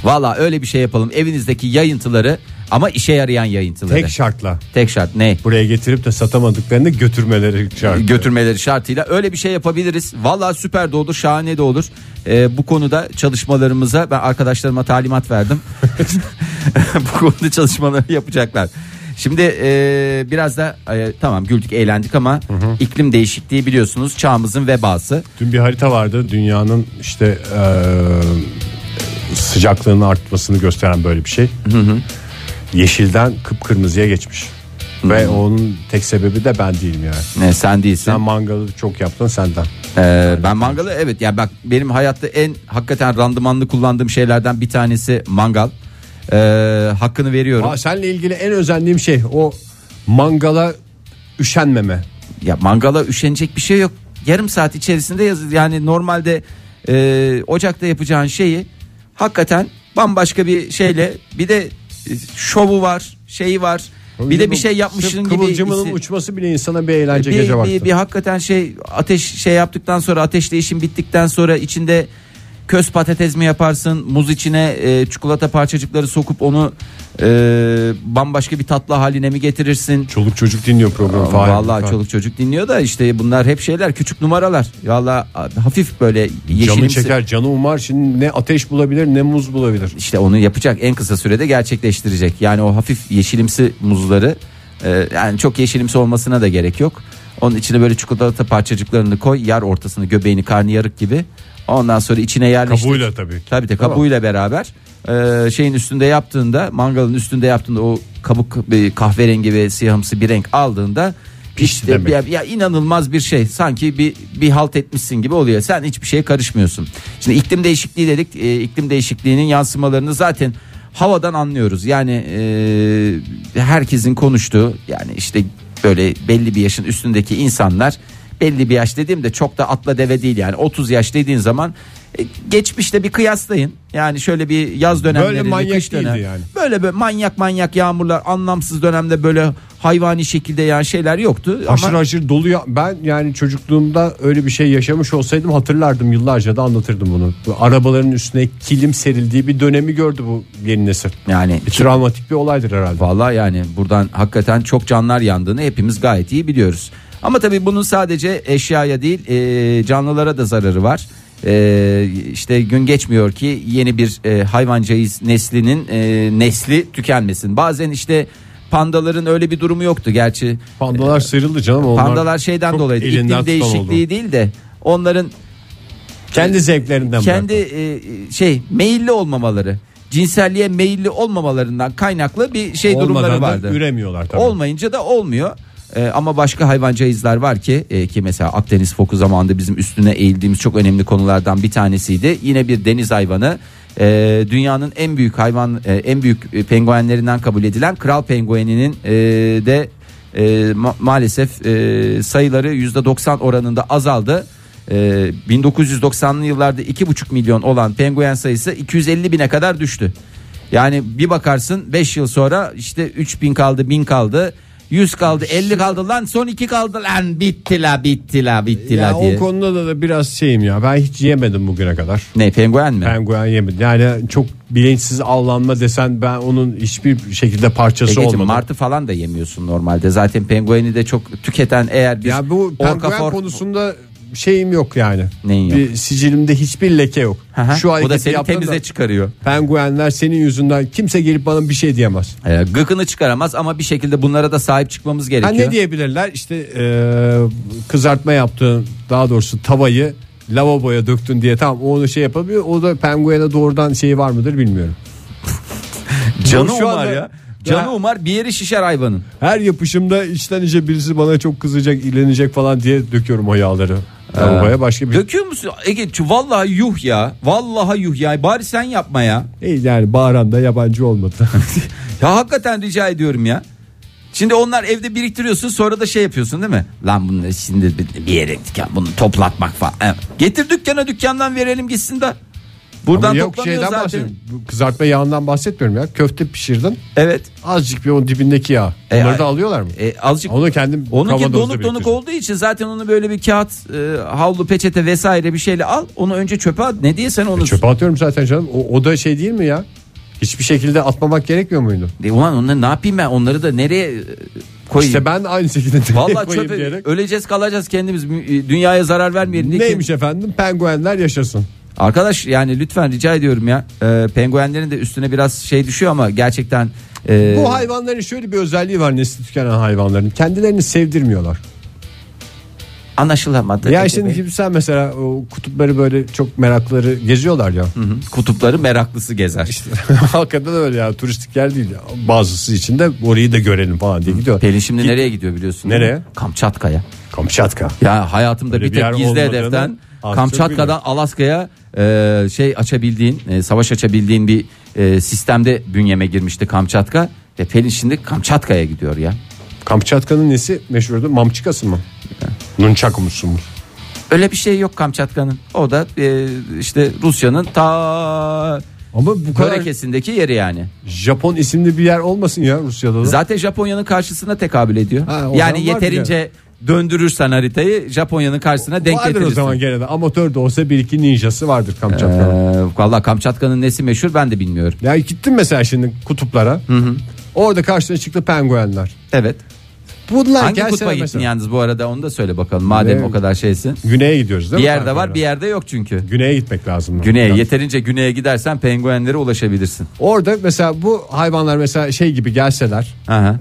[SPEAKER 3] Vallahi öyle bir şey yapalım evinizdeki yayıntıları ama işe yarayan yayıntıları
[SPEAKER 2] Tek şartla
[SPEAKER 3] Tek şart ne
[SPEAKER 2] buraya getirip de satamadıklarını götürmeleri şart.
[SPEAKER 3] götürmeleri şartıyla öyle bir şey yapabiliriz. Valla süper de olur şahane de olur. Ee, bu konuda çalışmalarımıza ben arkadaşlarıma talimat verdim. bu konuda çalışmaları yapacaklar. Şimdi e, biraz da e, tamam güldük eğlendik ama iklim değişikliği biliyorsunuz çağımızın vebası.
[SPEAKER 2] Dün bir harita vardı dünyanın işte eee, sıcaklığının artmasını gösteren böyle bir şey. Yeşilden kıpkırmızıya geçmiş. Ve onun tek sebebi de ben değilim yani.
[SPEAKER 3] Ne sen değilsin.
[SPEAKER 2] Sen mangalı çok yaptın senden.
[SPEAKER 3] Ee, ben mangalı evet ya bak benim hayatta en hakikaten randımanlı kullandığım şeylerden bir tanesi mangal. Ee, hakkını veriyorum.
[SPEAKER 2] Aa, seninle ilgili en özendiğim şey o mangala üşenmeme.
[SPEAKER 3] Ya mangala üşenecek bir şey yok. Yarım saat içerisinde yazır. Yani normalde e, ocakta yapacağın şeyi hakikaten bambaşka bir şeyle bir de e, şovu var, şeyi var. Bir de bir şey yapmışsın
[SPEAKER 2] Sırf
[SPEAKER 3] gibi.
[SPEAKER 2] Kıvılcımının
[SPEAKER 3] hissi-
[SPEAKER 2] uçması bile insana bir eğlence
[SPEAKER 3] bir,
[SPEAKER 2] gece vakti.
[SPEAKER 3] bir, bir hakikaten şey ateş şey yaptıktan sonra ateşle işin bittikten sonra içinde köz patates mi yaparsın muz içine e, çikolata parçacıkları sokup onu e, bambaşka bir tatlı haline mi getirirsin
[SPEAKER 2] Çoluk çocuk dinliyor programı. Fahir.
[SPEAKER 3] Vallahi
[SPEAKER 2] Fahir.
[SPEAKER 3] çoluk çocuk dinliyor da işte bunlar hep şeyler küçük numaralar. Vallahi hafif böyle
[SPEAKER 2] Canı
[SPEAKER 3] yeşilimsi.
[SPEAKER 2] çeker canı umar şimdi ne ateş bulabilir ne muz bulabilir.
[SPEAKER 3] İşte onu yapacak en kısa sürede gerçekleştirecek. Yani o hafif yeşilimsi muzları e, yani çok yeşilimsi olmasına da gerek yok. Onun içine böyle çikolata parçacıklarını koy yar ortasını göbeğini karnıyarık gibi. Ondan sonra içine yerleştir.
[SPEAKER 2] Kabuğuyla tabii ki.
[SPEAKER 3] Tabii de
[SPEAKER 2] Tamam.
[SPEAKER 3] kabuğuyla beraber e, şeyin üstünde yaptığında mangalın üstünde yaptığında o kabuk bir kahverengi ve siyahımsı bir renk aldığında
[SPEAKER 2] Pişti
[SPEAKER 3] işte
[SPEAKER 2] demek.
[SPEAKER 3] ya, ya inanılmaz bir şey sanki bir bir halt etmişsin gibi oluyor. Sen hiçbir şeye karışmıyorsun. Şimdi iklim değişikliği dedik. E, iklim değişikliğinin yansımalarını zaten havadan anlıyoruz. Yani e, herkesin konuştuğu yani işte böyle belli bir yaşın üstündeki insanlar belli bir yaş dediğimde çok da atla deve değil yani 30 yaş dediğin zaman e, geçmişte bir kıyaslayın. Yani şöyle bir yaz dönemlerini
[SPEAKER 2] manyak
[SPEAKER 3] kış dönem-
[SPEAKER 2] değildi yani.
[SPEAKER 3] Böyle böyle manyak manyak yağmurlar anlamsız dönemde böyle hayvani şekilde yağan şeyler yoktu.
[SPEAKER 2] Aşırı
[SPEAKER 3] Ama
[SPEAKER 2] aşırı dolu ya- ben yani çocukluğumda öyle bir şey yaşamış olsaydım hatırlardım yıllarca da anlatırdım bunu. Bu arabaların üstüne kilim serildiği bir dönemi gördü bu yeni nesil.
[SPEAKER 3] yani
[SPEAKER 2] Bir travmatik bir olaydır herhalde.
[SPEAKER 3] Vallahi yani buradan hakikaten çok canlar yandığını hepimiz gayet iyi biliyoruz. Ama tabii bunun sadece eşyaya değil e, canlılara da zararı var. E, işte gün geçmiyor ki yeni bir e, hayvancağız neslinin e, nesli tükenmesin. Bazen işte pandaların öyle bir durumu yoktu gerçi.
[SPEAKER 2] Pandalar sıyrıldı canım onlar.
[SPEAKER 3] Ee, Pandalar şeyden
[SPEAKER 2] çok
[SPEAKER 3] dolayı iklim
[SPEAKER 2] elinden tutan oldu.
[SPEAKER 3] değişikliği değil de onların
[SPEAKER 2] kendi zevklerinden
[SPEAKER 3] kendi
[SPEAKER 2] bıraktı.
[SPEAKER 3] e, şey meyilli olmamaları cinselliğe meyilli olmamalarından kaynaklı bir şey durumları
[SPEAKER 2] Olmadan da
[SPEAKER 3] vardı.
[SPEAKER 2] üremiyorlar tabii.
[SPEAKER 3] Olmayınca da olmuyor. Ee, ama başka hayvancağızlar var ki e, ki mesela Akdeniz foku zamanında bizim üstüne eğildiğimiz çok önemli konulardan bir tanesiydi. Yine bir deniz hayvanı e, dünyanın en büyük hayvan e, en büyük e, penguenlerinden kabul edilen kral pengueninin e, de e, ma- maalesef e, sayıları %90 oranında azaldı. E, 1990'lı yıllarda 2,5 milyon olan penguen sayısı 250 bine kadar düştü. Yani bir bakarsın 5 yıl sonra işte 3000 kaldı 1000 kaldı 100 kaldı 50 kaldı lan son 2 kaldı lan bitti la bitti la bitti
[SPEAKER 2] ya
[SPEAKER 3] la diye.
[SPEAKER 2] o konuda da, da biraz şeyim ya ben hiç yemedim bugüne kadar.
[SPEAKER 3] Ne penguen mi?
[SPEAKER 2] Penguen yemedim. Yani çok bilinçsiz avlanma desen ben onun hiçbir şekilde parçası
[SPEAKER 3] Egeciğim,
[SPEAKER 2] olmadım.
[SPEAKER 3] martı falan da yemiyorsun normalde. Zaten pengueni de çok tüketen eğer bir
[SPEAKER 2] Ya bu
[SPEAKER 3] orka
[SPEAKER 2] penguen
[SPEAKER 3] for-
[SPEAKER 2] konusunda şeyim yok yani.
[SPEAKER 3] Neyin yok?
[SPEAKER 2] Bir sicilimde hiçbir leke yok.
[SPEAKER 3] Hı hı.
[SPEAKER 2] Şu
[SPEAKER 3] Bu da
[SPEAKER 2] hareketi
[SPEAKER 3] seni
[SPEAKER 2] yaptın
[SPEAKER 3] temize
[SPEAKER 2] da
[SPEAKER 3] çıkarıyor.
[SPEAKER 2] penguenler senin yüzünden kimse gelip bana bir şey diyemez.
[SPEAKER 3] Ee, gıkını çıkaramaz ama bir şekilde bunlara da sahip çıkmamız
[SPEAKER 2] Ha,
[SPEAKER 3] gerekiyor.
[SPEAKER 2] ne diyebilirler işte eee, kızartma yaptığın daha doğrusu tavayı lavaboya döktün diye tam onu şey yapabiliyor. O da penguene doğrudan şeyi var mıdır bilmiyorum.
[SPEAKER 3] Canı
[SPEAKER 2] Bu şu
[SPEAKER 3] umar
[SPEAKER 2] anda-
[SPEAKER 3] ya. Canı umar bir yeri şişer hayvanın.
[SPEAKER 2] Her yapışımda içten içe birisi bana çok kızacak, ilenecek falan diye döküyorum o yağları.
[SPEAKER 3] Ee,
[SPEAKER 2] Lavaboya başka bir
[SPEAKER 3] Döküyor musun? Ege şu vallahi yuh ya. Vallahi yuh ya. Bari sen yapma ya.
[SPEAKER 2] İyi yani bağıran da yabancı olmadı.
[SPEAKER 3] Ya hakikaten rica ediyorum ya. Şimdi onlar evde biriktiriyorsun sonra da şey yapıyorsun değil mi? Lan bunları şimdi bir- bir yere dükkan bunu toplatmak falan. Evet. Getir dükkana dükkandan verelim gitsin de. Buradan
[SPEAKER 2] Ama yok
[SPEAKER 3] toplanıyor
[SPEAKER 2] şeyden
[SPEAKER 3] zaten.
[SPEAKER 2] bahsediyorum. Bu Kızartma yağından bahsetmiyorum ya. Köfte pişirdin.
[SPEAKER 3] Evet.
[SPEAKER 2] Azıcık bir onun dibindeki yağ.
[SPEAKER 3] E,
[SPEAKER 2] Onları
[SPEAKER 3] ay-
[SPEAKER 2] da alıyorlar mı?
[SPEAKER 3] E, azıcık
[SPEAKER 2] Onu kendim
[SPEAKER 3] Onunki
[SPEAKER 2] kavanozda
[SPEAKER 3] donuk donuk
[SPEAKER 2] biriktiriyorum.
[SPEAKER 3] olduğu için zaten onu böyle bir kağıt, e, havlu, peçete vesaire bir şeyle al. Onu önce çöpe at. Ne diye sen onu?
[SPEAKER 2] E, Çöpe atıyorum zaten canım. O, o da şey değil mi ya? Hiçbir şekilde atmamak gerekmiyor muydu?
[SPEAKER 3] E, ulan onları ne yapayım ben? Onları da nereye e, koyayım?
[SPEAKER 2] İşte ben de aynı şekilde nereye
[SPEAKER 3] Vallahi
[SPEAKER 2] koyayım
[SPEAKER 3] çöpe
[SPEAKER 2] diyerek.
[SPEAKER 3] öleceğiz kalacağız kendimiz Mü- e, dünyaya zarar vermeyelim. diye.
[SPEAKER 2] Neymiş efendim? Penguenler yaşasın.
[SPEAKER 3] Arkadaş yani lütfen rica ediyorum ya e, penguenlerin de üstüne biraz şey düşüyor ama gerçekten e,
[SPEAKER 2] Bu hayvanların şöyle bir özelliği var nesli tükenen hayvanların. Kendilerini sevdirmiyorlar.
[SPEAKER 3] anlaşılamadı.
[SPEAKER 2] Ya
[SPEAKER 3] Ege
[SPEAKER 2] şimdi
[SPEAKER 3] Bey.
[SPEAKER 2] gibi sen mesela o kutupları böyle çok merakları geziyorlar ya.
[SPEAKER 3] Hı hı, kutupları meraklısı gezer.
[SPEAKER 2] Hakikaten öyle ya turistik yer değil. ya. Bazısı için de orayı da görelim falan diye gidiyor.
[SPEAKER 3] Pelin şimdi nereye gidiyor biliyorsun? değil mi?
[SPEAKER 2] Nereye?
[SPEAKER 3] Kamçatka'ya.
[SPEAKER 2] Kamçatka.
[SPEAKER 3] Ya hayatımda
[SPEAKER 2] Öyle
[SPEAKER 3] bir
[SPEAKER 2] bir yer
[SPEAKER 3] tek gizli
[SPEAKER 2] olmadığını
[SPEAKER 3] hedeften
[SPEAKER 2] az çok
[SPEAKER 3] Kamçatka'dan
[SPEAKER 2] biliyorum.
[SPEAKER 3] Alaska'ya e, şey açabildiğin, e, savaş açabildiğin bir e, sistemde bünyeme girmişti Kamçatka ve Pelin şimdi Kamçatka'ya gidiyor ya.
[SPEAKER 2] Kamçatka'nın nesi meşhurdu? Mamçıkası mı? Nunçak musun?
[SPEAKER 3] Öyle bir şey yok Kamçatka'nın. O da e, işte Rusya'nın ta
[SPEAKER 2] Ama bu kadar
[SPEAKER 3] Korekesindeki yeri yani.
[SPEAKER 2] Japon isimli bir yer olmasın ya Rusya'da da.
[SPEAKER 3] Zaten Japonya'nın karşısına tekabül ediyor.
[SPEAKER 2] Ha, o
[SPEAKER 3] yani
[SPEAKER 2] zaman var
[SPEAKER 3] yeterince döndürürsen haritayı Japonya'nın karşısına denk
[SPEAKER 2] vardır
[SPEAKER 3] getirirsin.
[SPEAKER 2] o zaman gene de amatör de olsa bir iki ninjası vardır
[SPEAKER 3] Ee,
[SPEAKER 2] Kamçatka'nın.
[SPEAKER 3] Valla Kamçatka'nın nesi meşhur ben de bilmiyorum.
[SPEAKER 2] Ya gittin mesela şimdi kutuplara. Orada karşına çıktı penguenler.
[SPEAKER 3] Evet.
[SPEAKER 2] Bunlar
[SPEAKER 3] Hangi
[SPEAKER 2] gelsene
[SPEAKER 3] kutba gittin
[SPEAKER 2] mesela.
[SPEAKER 3] yalnız bu arada onu da söyle bakalım madem
[SPEAKER 2] Ne?
[SPEAKER 3] o kadar şeysin.
[SPEAKER 2] Güneye gidiyoruz değil
[SPEAKER 3] Bir
[SPEAKER 2] mi?
[SPEAKER 3] yerde var
[SPEAKER 2] penguenler?
[SPEAKER 3] bir yerde yok çünkü.
[SPEAKER 2] Güneye gitmek lazım.
[SPEAKER 3] Güneye
[SPEAKER 2] Yani.
[SPEAKER 3] yeterince güneye gidersen penguenlere ulaşabilirsin.
[SPEAKER 2] Orada mesela bu hayvanlar mesela şey gibi gelseler.
[SPEAKER 3] Aha.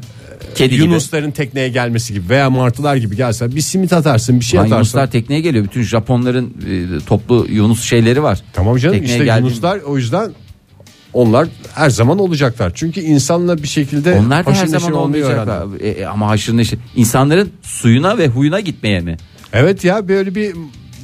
[SPEAKER 3] Kedi gibi.
[SPEAKER 2] Yunusların tekneye gelmesi gibi veya martılar gibi gelseler bir simit atarsın bir şey
[SPEAKER 3] Lan
[SPEAKER 2] atarsın.
[SPEAKER 3] Yunuslar tekneye geliyor. Bütün Japonların e, toplu Yunus şeyleri var.
[SPEAKER 2] Tamam canım
[SPEAKER 3] Tekneye
[SPEAKER 2] işte
[SPEAKER 3] geldiğin-
[SPEAKER 2] Yunuslar o yüzden onlar her zaman olacaklar. Çünkü insanla bir şekilde
[SPEAKER 3] Onlar da her
[SPEAKER 2] haşır neşir
[SPEAKER 3] zaman
[SPEAKER 2] olmayı
[SPEAKER 3] olmayacak.
[SPEAKER 2] öğrendi.
[SPEAKER 3] abi. E, e, ama haşır neşir. İnsanların suyuna ve huyuna gitmeye mi?
[SPEAKER 2] Evet ya böyle bir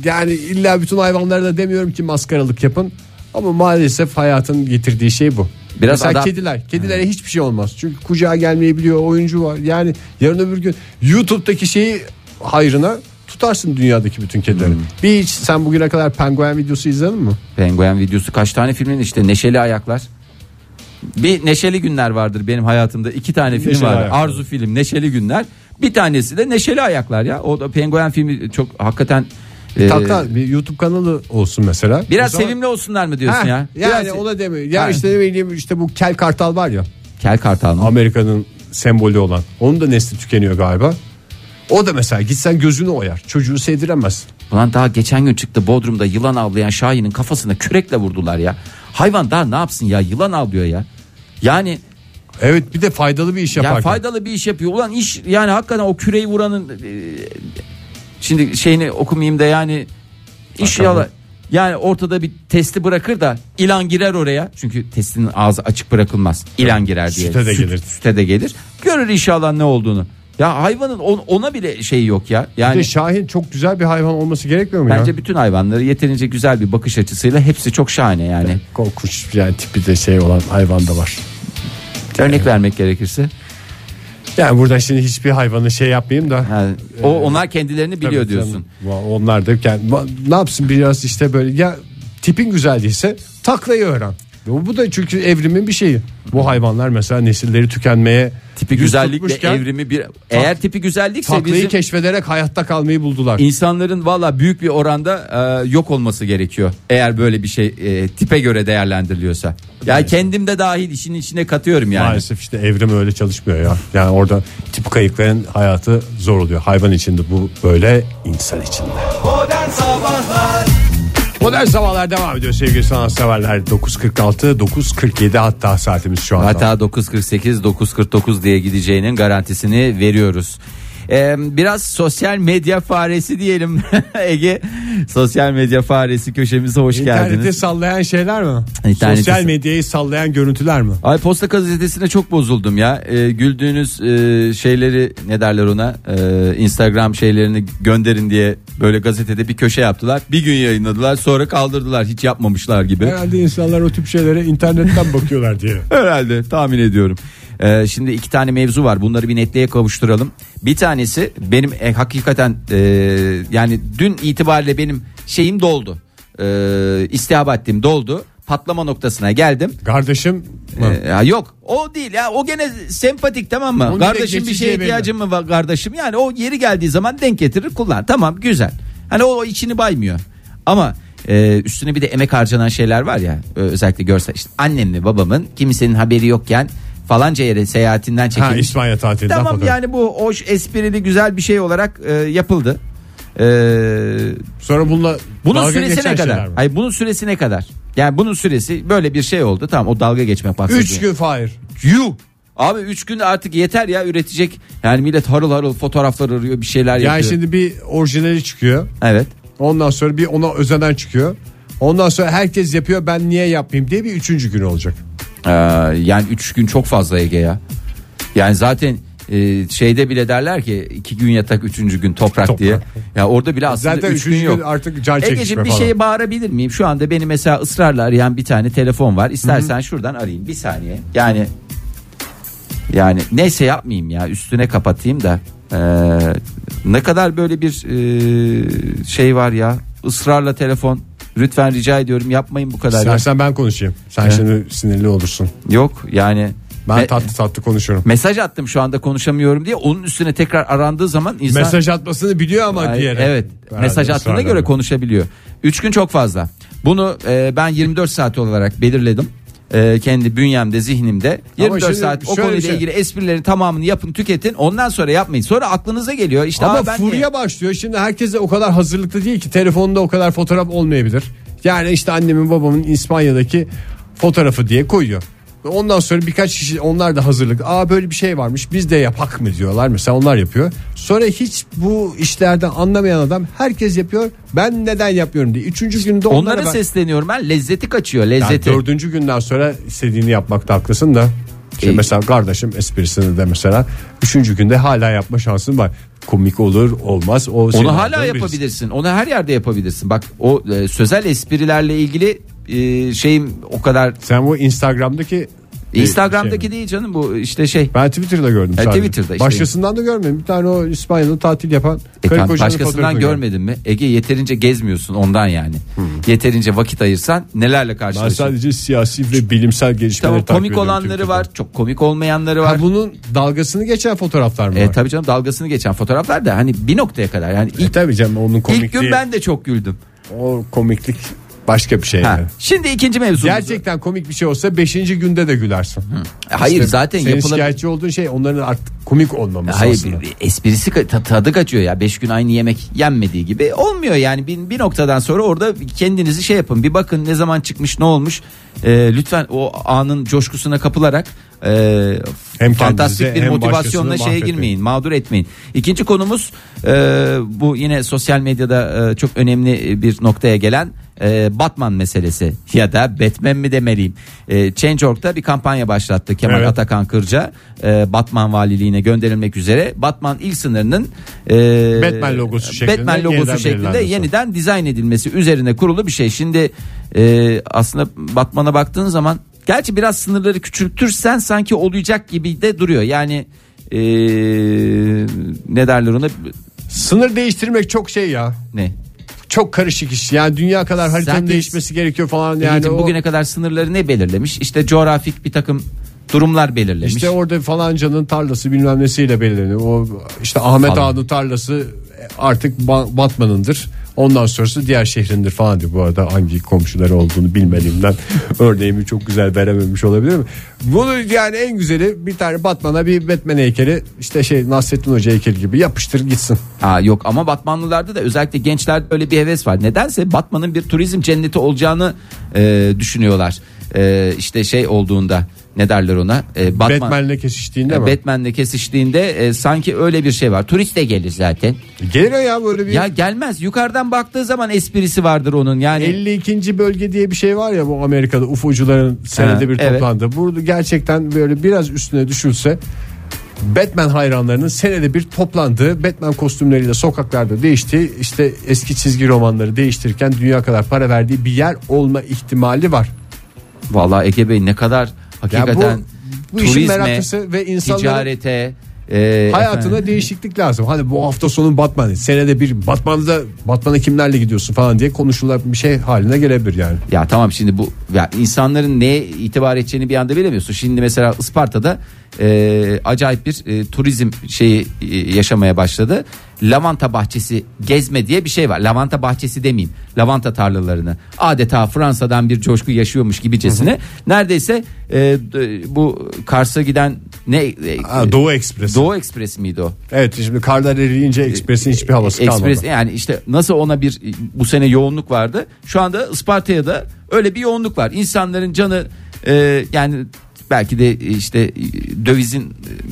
[SPEAKER 2] yani illa bütün hayvanlara da demiyorum ki maskaralık yapın. Ama maalesef hayatın getirdiği şey bu.
[SPEAKER 3] Biraz Hmm.
[SPEAKER 2] Mesela
[SPEAKER 3] adam-
[SPEAKER 2] kediler. Kedilere hiçbir şey olmaz. Çünkü kucağa gelmeyebiliyor, oyuncu var. Yani yarın öbür gün YouTube'daki şeyi hayrına tutarsın dünyadaki bütün kedileri.
[SPEAKER 3] Hmm.
[SPEAKER 2] Bir hiç sen bugüne kadar penguen videosu izledin mi?
[SPEAKER 3] Penguen videosu kaç tane filmin işte Neşeli Ayaklar. Bir Neşeli Günler vardır benim hayatımda. iki tane film
[SPEAKER 2] Neşeli
[SPEAKER 3] var.
[SPEAKER 2] Ayaklar.
[SPEAKER 3] Arzu film, Neşeli Günler. Bir tanesi de Neşeli Ayaklar ya. O da Penguen filmi çok hakikaten e,
[SPEAKER 2] Takla bir YouTube kanalı olsun mesela.
[SPEAKER 3] biraz
[SPEAKER 2] O zaman-
[SPEAKER 3] sevimli olsunlar mı diyorsun
[SPEAKER 2] Heh,
[SPEAKER 3] ya?
[SPEAKER 2] Yani
[SPEAKER 3] Biraz-
[SPEAKER 2] ona demiyor. Ya
[SPEAKER 3] Ha.
[SPEAKER 2] işte ne bileyim işte bu kel kartal var ya.
[SPEAKER 3] Kel Kartal mı?
[SPEAKER 2] Amerika'nın sembolü olan. Onun da nesli tükeniyor galiba. O da mesela gitsen gözünü oyar. Çocuğu sevdiremez.
[SPEAKER 3] Ulan daha geçen gün çıktı Bodrum'da yılan avlayan Şahin'in kafasına kürekle vurdular ya. Hayvan daha ne yapsın ya yılan avlıyor ya. Yani
[SPEAKER 2] Evet bir de faydalı bir iş
[SPEAKER 3] ya
[SPEAKER 2] yaparken.
[SPEAKER 3] faydalı bir iş yapıyor. Ulan iş yani hakikaten o küreyi vuranın e, şimdi şeyini okumayayım da yani iş
[SPEAKER 2] Bakalım.
[SPEAKER 3] yala yani ortada bir testi bırakır da ilan girer oraya. Çünkü testinin ağzı açık bırakılmaz. İlan girer diye.
[SPEAKER 2] Süte de gelir.
[SPEAKER 3] Süte de gelir. Görür inşallah ne olduğunu. Ya hayvanın on- ona bile şey yok ya.
[SPEAKER 2] Bir de
[SPEAKER 3] Yani
[SPEAKER 2] Şahin çok güzel bir hayvan olması gerekmiyor mu
[SPEAKER 3] bence
[SPEAKER 2] ya?
[SPEAKER 3] bütün hayvanları yeterince güzel bir bakış açısıyla hepsi çok şahane yani.
[SPEAKER 2] Korkunç yani tipi de şey olan hayvan da var.
[SPEAKER 3] Örnek vermek gerekirse.
[SPEAKER 2] Yani buradan şimdi hiçbir hayvanı şey yapmayayım da.
[SPEAKER 3] Ha, o onlar kendilerini biliyor
[SPEAKER 2] Tabii
[SPEAKER 3] diyorsun.
[SPEAKER 2] canım. Va- Onlar da kend- Va- ne yapsın biraz işte böyle ya tipin güzel değilse taklayı öğren. Bu bu da çünkü evrimin bir şeyi. Bu hayvanlar mesela nesilleri tükenmeye
[SPEAKER 3] Tipi
[SPEAKER 2] yüz
[SPEAKER 3] güzellikle
[SPEAKER 2] tutmuşken
[SPEAKER 3] evrimi bir eğer tipi güzellikse
[SPEAKER 2] taklayı
[SPEAKER 3] bizim
[SPEAKER 2] keşfederek hayatta kalmayı buldular.
[SPEAKER 3] insanların valla büyük bir oranda e, yok olması gerekiyor. Eğer böyle bir şey e, tipe göre değerlendiriliyorsa. Ya kendim de dahil işin içine katıyorum yani.
[SPEAKER 2] Maalesef işte evrim öyle çalışmıyor ya. Yani orada tip kayıkların hayatı zor oluyor. Hayvan içinde bu böyle insan içinde. Modern sabahlar devam ediyor sevgili sanatseverler. 9.46, 9.47 hatta saatimiz şu anda.
[SPEAKER 3] Hatta 948 949 diye gideceğinin garantisini veriyoruz. Ee, biraz sosyal medya faresi diyelim Ege. Sosyal medya faresi köşemize hoş
[SPEAKER 2] İnternette
[SPEAKER 3] geldiniz.
[SPEAKER 2] sallayan şeyler mi?
[SPEAKER 3] İnternette-
[SPEAKER 2] Sosyal medyayı sallayan görüntüler mi?
[SPEAKER 3] Ay posta gazetesine çok bozuldum ya. Ee, güldüğünüz e, şeyleri ne derler ona? Ee, Instagram şeylerini gönderin diye böyle gazetede bir köşe yaptılar. Bir gün yayınladılar, sonra kaldırdılar. Hiç yapmamışlar gibi.
[SPEAKER 2] Herhalde insanlar o tip şeylere internetten bakıyorlar diye.
[SPEAKER 3] Herhalde tahmin ediyorum. Ee, şimdi iki tane mevzu var. Bunları bir netliğe kavuşturalım. Bir tanesi benim e, hakikaten e, yani dün itibariyle benim şeyim doldu. E, istihabattim doldu. Patlama noktasına geldim.
[SPEAKER 2] Kardeşim mi?
[SPEAKER 3] Ee, ya yok o değil ya o gene sempatik tamam mı?
[SPEAKER 2] Onu da
[SPEAKER 3] kardeşim bir şeye
[SPEAKER 2] geçeceği şey belli.
[SPEAKER 3] ihtiyacım mı var kardeşim? Yani o yeri geldiği zaman denk getirir kullan. Tamam güzel. Hani o içini baymıyor. Ama e, üstüne bir de emek harcanan şeyler var ya ö- özellikle görsel işte annemle babamın kimsenin haberi yokken falanca yere seyahatinden
[SPEAKER 2] ha,
[SPEAKER 3] çekilmiş.
[SPEAKER 2] İspanya tatilinden
[SPEAKER 3] tamam
[SPEAKER 2] fotoğraf.
[SPEAKER 3] yani bu hoş esprili güzel bir şey olarak e, yapıldı. E,
[SPEAKER 2] Sonra bununla
[SPEAKER 3] bunun
[SPEAKER 2] dalga
[SPEAKER 3] süresi
[SPEAKER 2] geçen
[SPEAKER 3] ne kadar?
[SPEAKER 2] şeyler mi?
[SPEAKER 3] Hayır bunun süresi ne kadar? Yani bunun süresi böyle bir şey oldu. Tamam o dalga geçmek bahsediyor.
[SPEAKER 2] Üç gün Fahir.
[SPEAKER 3] Yuh. Abi 3 gün artık yeter ya üretecek. Yani millet harıl harıl fotoğraflar arıyor bir şeyler yapıyor.
[SPEAKER 2] Yani şimdi bir orijinali çıkıyor.
[SPEAKER 3] Evet.
[SPEAKER 2] Ondan sonra bir ona özenen çıkıyor. Ondan sonra herkes yapıyor ben niye yapmayayım diye bir üçüncü gün olacak.
[SPEAKER 3] Ee, yani 3 gün çok fazla Ege ya. Yani zaten e, şeyde bile derler ki iki gün yatak üçüncü gün toprak,
[SPEAKER 2] Toprak.
[SPEAKER 3] diye. Ya orada bile aslında
[SPEAKER 2] Zaten
[SPEAKER 3] üç gün
[SPEAKER 2] üçüncü
[SPEAKER 3] yok.
[SPEAKER 2] gün artık can
[SPEAKER 3] Egeciğim
[SPEAKER 2] çekişme
[SPEAKER 3] bir
[SPEAKER 2] falan.
[SPEAKER 3] şeye bağırabilir miyim? Şu anda beni mesela ısrarla arayan bir tane telefon var. İstersen şuradan arayayım bir saniye. Yani yani neyse yapmayayım ya üstüne kapatayım da Ee, ne kadar böyle bir e, şey var ya ısrarla telefon lütfen rica ediyorum yapmayın bu kadar. ya.
[SPEAKER 2] İstersen ben konuşayım. Sen şimdi sinirli olursun.
[SPEAKER 3] Yok yani
[SPEAKER 2] Ben
[SPEAKER 3] Me-
[SPEAKER 2] tatlı tatlı konuşuyorum.
[SPEAKER 3] mesaj attım şu anda konuşamıyorum diye onun üstüne tekrar arandığı zaman insan
[SPEAKER 2] Mesaj atmasını biliyor ama
[SPEAKER 3] Ay,
[SPEAKER 2] diğeri.
[SPEAKER 3] Evet.
[SPEAKER 2] Herhalde
[SPEAKER 3] mesaj attığına
[SPEAKER 2] ısrarla.
[SPEAKER 3] göre konuşabiliyor. 3 gün çok fazla. Bunu e, ben 24 saat olarak belirledim. E, kendi bünyemde, zihnimde. 24
[SPEAKER 2] şimdi
[SPEAKER 3] saat o
[SPEAKER 2] şöyle
[SPEAKER 3] konuyla
[SPEAKER 2] bir şey-
[SPEAKER 3] ilgili esprilerin tamamını yapın, tüketin. Ondan sonra yapmayın. Sonra aklınıza geliyor. işte
[SPEAKER 2] Ama
[SPEAKER 3] "Aa, ben
[SPEAKER 2] furya
[SPEAKER 3] niye-"
[SPEAKER 2] başlıyor. Şimdi herkes de o kadar hazırlıklı değil ki telefonda o kadar fotoğraf olmayabilir. Yani işte annemin babamın İspanya'daki fotoğrafı diye koyuyor. Ve Ondan sonra birkaç kişi onlar da hazırlık. Aa böyle bir şey varmış biz de yapak mı diyorlar mesela onlar yapıyor. Sonra hiç bu işlerden anlamayan adam herkes yapıyor. Ben neden yapmıyorum diye. Üçüncü günde onlara,
[SPEAKER 3] Onlara
[SPEAKER 2] ben-
[SPEAKER 3] sesleniyorum ben. Lezzeti kaçıyor.
[SPEAKER 2] Yani
[SPEAKER 3] Lezzeti.
[SPEAKER 2] dördüncü günden sonra istediğini yapmakta haklısın da. Şimdi
[SPEAKER 3] E-
[SPEAKER 2] mesela kardeşim esprisini de mesela üçüncü günde hala yapma şansın var. Komik olur olmaz. O
[SPEAKER 3] Onu
[SPEAKER 2] şeylerden
[SPEAKER 3] hala
[SPEAKER 2] birisi.
[SPEAKER 3] yapabilirsin. Onu her yerde yapabilirsin. Bak o e, sözel esprilerle ilgili e, şeyim o kadar
[SPEAKER 2] Sen bu Instagram'daki
[SPEAKER 3] Instagram'daki değil canım bu işte şey.
[SPEAKER 2] Ben Twitter'da gördüm.
[SPEAKER 3] Ha,
[SPEAKER 2] sadece.
[SPEAKER 3] Twitter'da işte.
[SPEAKER 2] Başkasından da görmedim. Bir tane o İspanya'da tatil yapan
[SPEAKER 3] E
[SPEAKER 2] karı
[SPEAKER 3] tamam,
[SPEAKER 2] kocanın
[SPEAKER 3] başkasından
[SPEAKER 2] fotoğrafını gördüm.
[SPEAKER 3] görmedin mi? Ege yeterince gezmiyorsun ondan yani.
[SPEAKER 2] Hmm.
[SPEAKER 3] Yeterince vakit ayırsan nelerle
[SPEAKER 2] Ben
[SPEAKER 3] karşılaşıyorsun?
[SPEAKER 2] sadece siyasi ve bilimsel gelişmeleri
[SPEAKER 3] Tamam
[SPEAKER 2] takip
[SPEAKER 3] komik
[SPEAKER 2] ediyorum
[SPEAKER 3] olanları
[SPEAKER 2] Twitter'da.
[SPEAKER 3] var, çok komik olmayanları var.
[SPEAKER 2] Ha, bunun dalgasını geçen fotoğraflar mı
[SPEAKER 3] E
[SPEAKER 2] var?
[SPEAKER 3] tabii canım dalgasını geçen fotoğraflar da hani bir noktaya kadar yani
[SPEAKER 2] E
[SPEAKER 3] ilk,
[SPEAKER 2] tabii canım onun komikliği.
[SPEAKER 3] ilk gün ben de çok güldüm.
[SPEAKER 2] O komiklik başka bir şey.
[SPEAKER 3] Ha.
[SPEAKER 2] yani.
[SPEAKER 3] Şimdi ikinci mevzu.
[SPEAKER 2] Gerçekten komik bir şey olsa 5. günde de gülersin.
[SPEAKER 3] Hayır
[SPEAKER 2] İşte
[SPEAKER 3] zaten
[SPEAKER 2] Senin
[SPEAKER 3] yapılabilir.
[SPEAKER 2] şikayetçi olduğun şey onların artık komik olmaması
[SPEAKER 3] Hayır
[SPEAKER 2] aslında.
[SPEAKER 3] bir- bir esprisi ka- ta- tadı kaçıyor ya 5 gün aynı yemek yenmediği gibi olmuyor yani bir, bir noktadan sonra orada kendinizi şey yapın bir bakın ne zaman çıkmış ne olmuş Ee, lütfen o anın coşkusuna kapılarak e,
[SPEAKER 2] Hem
[SPEAKER 3] fantastik
[SPEAKER 2] kendinize
[SPEAKER 3] bir
[SPEAKER 2] hem
[SPEAKER 3] motivasyonla
[SPEAKER 2] başkasını
[SPEAKER 3] şeye
[SPEAKER 2] mahvetmeyin.
[SPEAKER 3] girmeyin mağdur etmeyin. İkinci konumuz e, bu yine sosyal medyada e, çok önemli bir noktaya gelen e, Batman meselesi ya da Batman mi demeliyim. E, Change.org'da bir kampanya başlattı Kemal
[SPEAKER 2] Evet.
[SPEAKER 3] Atakan Kırca e, Batman valiliğine gönderilmek üzere Batman il sınırının e,
[SPEAKER 2] Batman logosu şeklinde
[SPEAKER 3] Batman logosu
[SPEAKER 2] yeniden
[SPEAKER 3] şeklinde
[SPEAKER 2] belirlendi.
[SPEAKER 3] yeniden dizayn edilmesi üzerine kurulu bir şey. Şimdi e, aslında Batman'a baktığın zaman gerçi biraz sınırları küçültürsen sanki olacak gibi de duruyor. Yani e, ne derler ona
[SPEAKER 2] Sınır değiştirmek çok şey ya.
[SPEAKER 3] ne?
[SPEAKER 2] Çok karışık iş. Yani dünya kadar haritanın
[SPEAKER 3] Zaten-
[SPEAKER 2] değişmesi gerekiyor falan yani.
[SPEAKER 3] Yani
[SPEAKER 2] o-
[SPEAKER 3] bugüne kadar sınırları ne belirlemiş? İşte coğrafik bir takım durumlar belirlemiş.
[SPEAKER 2] İşte orada falancanın tarlası bilmem nesiyle belirleniyor. O işte Ahmet
[SPEAKER 3] Falan.
[SPEAKER 2] Ağa'nın tarlası artık Ba- Batman'ındır. Ondan sonrası diğer şehrindir falan diyor. Bu arada hangi komşuları olduğunu bilmediğimden örneğimi çok güzel verememiş olabilir mi? Bunu yani en güzeli bir tane Batman'a bir Batman heykeli işte şey Nasrettin Hoca heykeli gibi yapıştır gitsin.
[SPEAKER 3] Aa, yok ama Batmanlılarda da özellikle gençlerde öyle bir heves var. Nedense Batman'ın bir turizm cenneti olacağını e, düşünüyorlar. E, işte şey olduğunda ne derler ona? E, Batman,
[SPEAKER 2] Batman'le kesiştiğinde
[SPEAKER 3] e,
[SPEAKER 2] mi?
[SPEAKER 3] Batman'le kesiştiğinde e, sanki öyle bir şey var. Turist de gelir zaten.
[SPEAKER 2] Gelir o ya böyle bir
[SPEAKER 3] Ya gelmez. Yukarıdan baktığı zaman esprisi vardır onun. Yani
[SPEAKER 2] 52. bölge diye bir şey var ya bu Amerika'da UFO'cuların senede
[SPEAKER 3] Ha,
[SPEAKER 2] bir
[SPEAKER 3] evet.
[SPEAKER 2] toplandığı. Burada gerçekten böyle biraz üstüne düşülse Batman hayranlarının senede bir toplandığı Batman kostümleriyle sokaklarda değiştiği işte eski çizgi romanları değiştirirken dünya kadar para verdiği bir yer olma ihtimali var.
[SPEAKER 3] vallahi Ege Bey ne kadar
[SPEAKER 2] Ya
[SPEAKER 3] hakikaten
[SPEAKER 2] bu, bu işin
[SPEAKER 3] turizme,
[SPEAKER 2] meraklısı ve insanların
[SPEAKER 3] ticarete, e,
[SPEAKER 2] hayatına
[SPEAKER 3] efendim-
[SPEAKER 2] değişiklik lazım. Hani bu hafta sonu Batman senede bir Batman'da Batman'a kimlerle gidiyorsun falan diye konuşulan bir şey haline gelebilir yani.
[SPEAKER 3] Ya tamam şimdi bu ya insanların neye itibar edeceğini bir anda bilemiyorsun. Şimdi mesela Isparta'da e, acayip bir e, turizm şeyi e, yaşamaya başladı. Lavanta bahçesi gezme diye bir şey var. Lavanta bahçesi demeyeyim. Lavanta tarlalarını adeta Fransa'dan bir coşku yaşıyormuş gibicesine. Neredeyse e, d- bu Kars'a giden ne e,
[SPEAKER 2] Ha, Doğu Ekspresi.
[SPEAKER 3] Doğu Ekspresi miydi o?
[SPEAKER 2] Evet şimdi karlar eriyince ekspresin hiçbir havası
[SPEAKER 3] E, Ekspres
[SPEAKER 2] kalmadı.
[SPEAKER 3] yani işte nasıl ona bir bu sene yoğunluk vardı. Şu anda Isparta'ya da öyle bir yoğunluk var. İnsanların canı e, yani belki de işte e, dövizin e,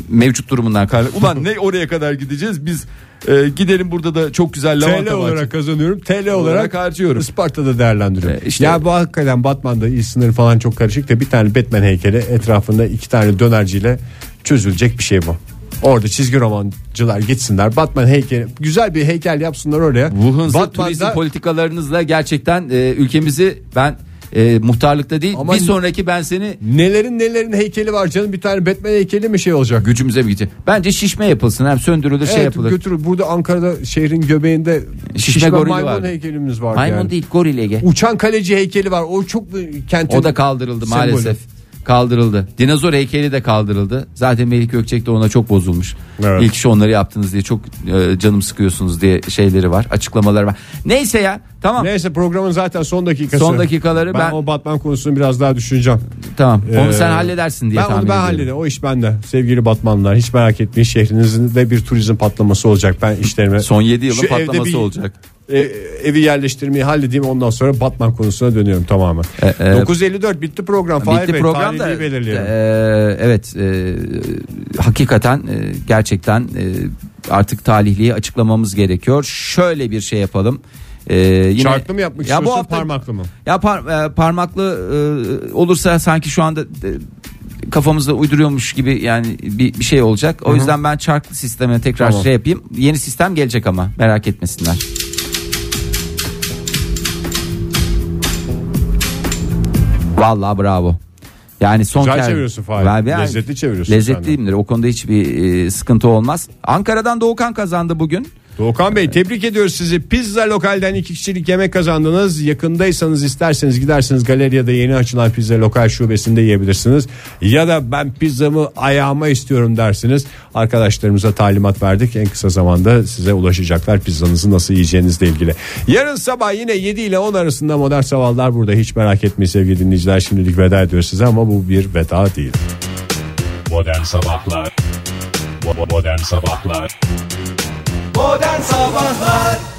[SPEAKER 3] mevcut durumundan kaynaklı. Ulan ne oraya kadar gideceğiz biz e, gidelim burada da çok güzel
[SPEAKER 2] TL
[SPEAKER 3] lavanta var.
[SPEAKER 2] Şey olarak kazanıyorum. TL olarak
[SPEAKER 3] Olarak harcıyorum.
[SPEAKER 2] Isparta'da değerlendiriyorum.
[SPEAKER 3] Ee, işte-
[SPEAKER 2] ya bu hakikaten Batman'da iyi sınır falan çok karışık da bir tane Batman heykeli etrafında iki tane dönerciyle çözülecek bir şey bu. Orada çizgi romancılar gitsinler. Batman heykeli güzel bir heykel yapsınlar oraya.
[SPEAKER 3] Wuhan'da
[SPEAKER 2] Batman'da-
[SPEAKER 3] turizm politikalarınızla gerçekten e, ülkemizi ben e, muhtarlıkta değil
[SPEAKER 2] Ama-
[SPEAKER 3] bir sonraki ben seni
[SPEAKER 2] nelerin nelerin heykeli var canım. Bir tane Batman heykeli mi şey olacak?
[SPEAKER 3] gücümüze mi gidecek? Bence şişme yapılsın hem söndürülür şey
[SPEAKER 2] evet,
[SPEAKER 3] yapılır.
[SPEAKER 2] götürür. Burada Ankara'da şehrin göbeğinde
[SPEAKER 3] Şişme
[SPEAKER 2] şişme
[SPEAKER 3] gorili
[SPEAKER 2] maymun
[SPEAKER 3] vardı.
[SPEAKER 2] heykelimiz var.
[SPEAKER 3] Maymun değil goril Ege.
[SPEAKER 2] Uçan kaleci heykeli var. O çok kentin
[SPEAKER 3] O da kaldırıldı
[SPEAKER 2] sembolü.
[SPEAKER 3] maalesef. Kaldırıldı. Dinozor heykeli de kaldırıldı. Zaten Melih Gökçek de ona çok bozulmuş.
[SPEAKER 2] Evet.
[SPEAKER 3] İlk iş onları yaptınız diye çok e, canım sıkıyorsunuz diye şeyleri var. Açıklamaları var. Neyse ya tamam.
[SPEAKER 2] Neyse programın zaten son dakikası.
[SPEAKER 3] Son dakikaları
[SPEAKER 2] ben,
[SPEAKER 3] ben-
[SPEAKER 2] o Batman konusunu biraz daha düşüneceğim.
[SPEAKER 3] Tamam. Onu
[SPEAKER 2] Ee,
[SPEAKER 3] sen halledersin diye
[SPEAKER 2] ben
[SPEAKER 3] tahmin
[SPEAKER 2] onu ben
[SPEAKER 3] ediyorum.
[SPEAKER 2] hallederim. O iş bende. Sevgili Batmanlar hiç merak etmeyin şehrinizin de bir turizm patlaması olacak. Ben işlerime
[SPEAKER 3] Son 7 yılın
[SPEAKER 2] Şu evde
[SPEAKER 3] patlaması
[SPEAKER 2] bir-
[SPEAKER 3] olacak.
[SPEAKER 2] e, evi yerleştirmeyi halledeyim ondan sonra Batman konusuna dönüyorum tamamen.
[SPEAKER 3] E, e,
[SPEAKER 2] 9.54 bitti program. Fahir
[SPEAKER 3] Bitti
[SPEAKER 2] Bey,
[SPEAKER 3] program da.
[SPEAKER 2] tarihini belirleyelim.
[SPEAKER 3] e, evet. e, hakikaten e, gerçekten e, artık talihliyi açıklamamız gerekiyor. Şöyle bir şey yapalım. E, yine,
[SPEAKER 2] Çarklı mı yapmak
[SPEAKER 3] Ya bu
[SPEAKER 2] istiyorsun
[SPEAKER 3] hafta-
[SPEAKER 2] parmaklı mı?
[SPEAKER 3] Ya par- e, parmaklı e, olursa sanki şu anda e, kafamızda uyduruyormuş gibi yani bir, bir şey olacak. O yüzden ben çarklı sisteme tekrar
[SPEAKER 2] Tamam.
[SPEAKER 3] şey yapayım. Yeni sistem gelecek ama merak etmesinler. Vallahi bravo. Yani son
[SPEAKER 2] Güzel
[SPEAKER 3] kere-
[SPEAKER 2] çeviriyorsun Fahir.
[SPEAKER 3] Vay be.
[SPEAKER 2] Lezzetli çeviriyorsun sen
[SPEAKER 3] Lezzetliyimdir. O konuda hiçbir e, sıkıntı olmaz. Ankara'dan Doğukan kazandı bugün.
[SPEAKER 2] Doğukan Bey tebrik ediyoruz sizi. Pizza lokalden iki kişilik yemek kazandınız. Yakındaysanız isterseniz gidersiniz galeriyada yeni açılan pizza lokal şubesinde yiyebilirsiniz. Ya da ben pizzamı ayağıma istiyorum dersiniz. Arkadaşlarımıza talimat verdik. En kısa zamanda size ulaşacaklar pizzanızı nasıl yiyeceğinizle ilgili. Yarın sabah yine 7 ile 10 arasında modern sabahlar burada. Hiç merak etmeyin sevgili dinleyiciler. Şimdilik veda ediyoruz size ama bu bir veda değil.
[SPEAKER 5] Modern Sabahlar Bo- Modern Sabahlar
[SPEAKER 6] Modern Sabahlar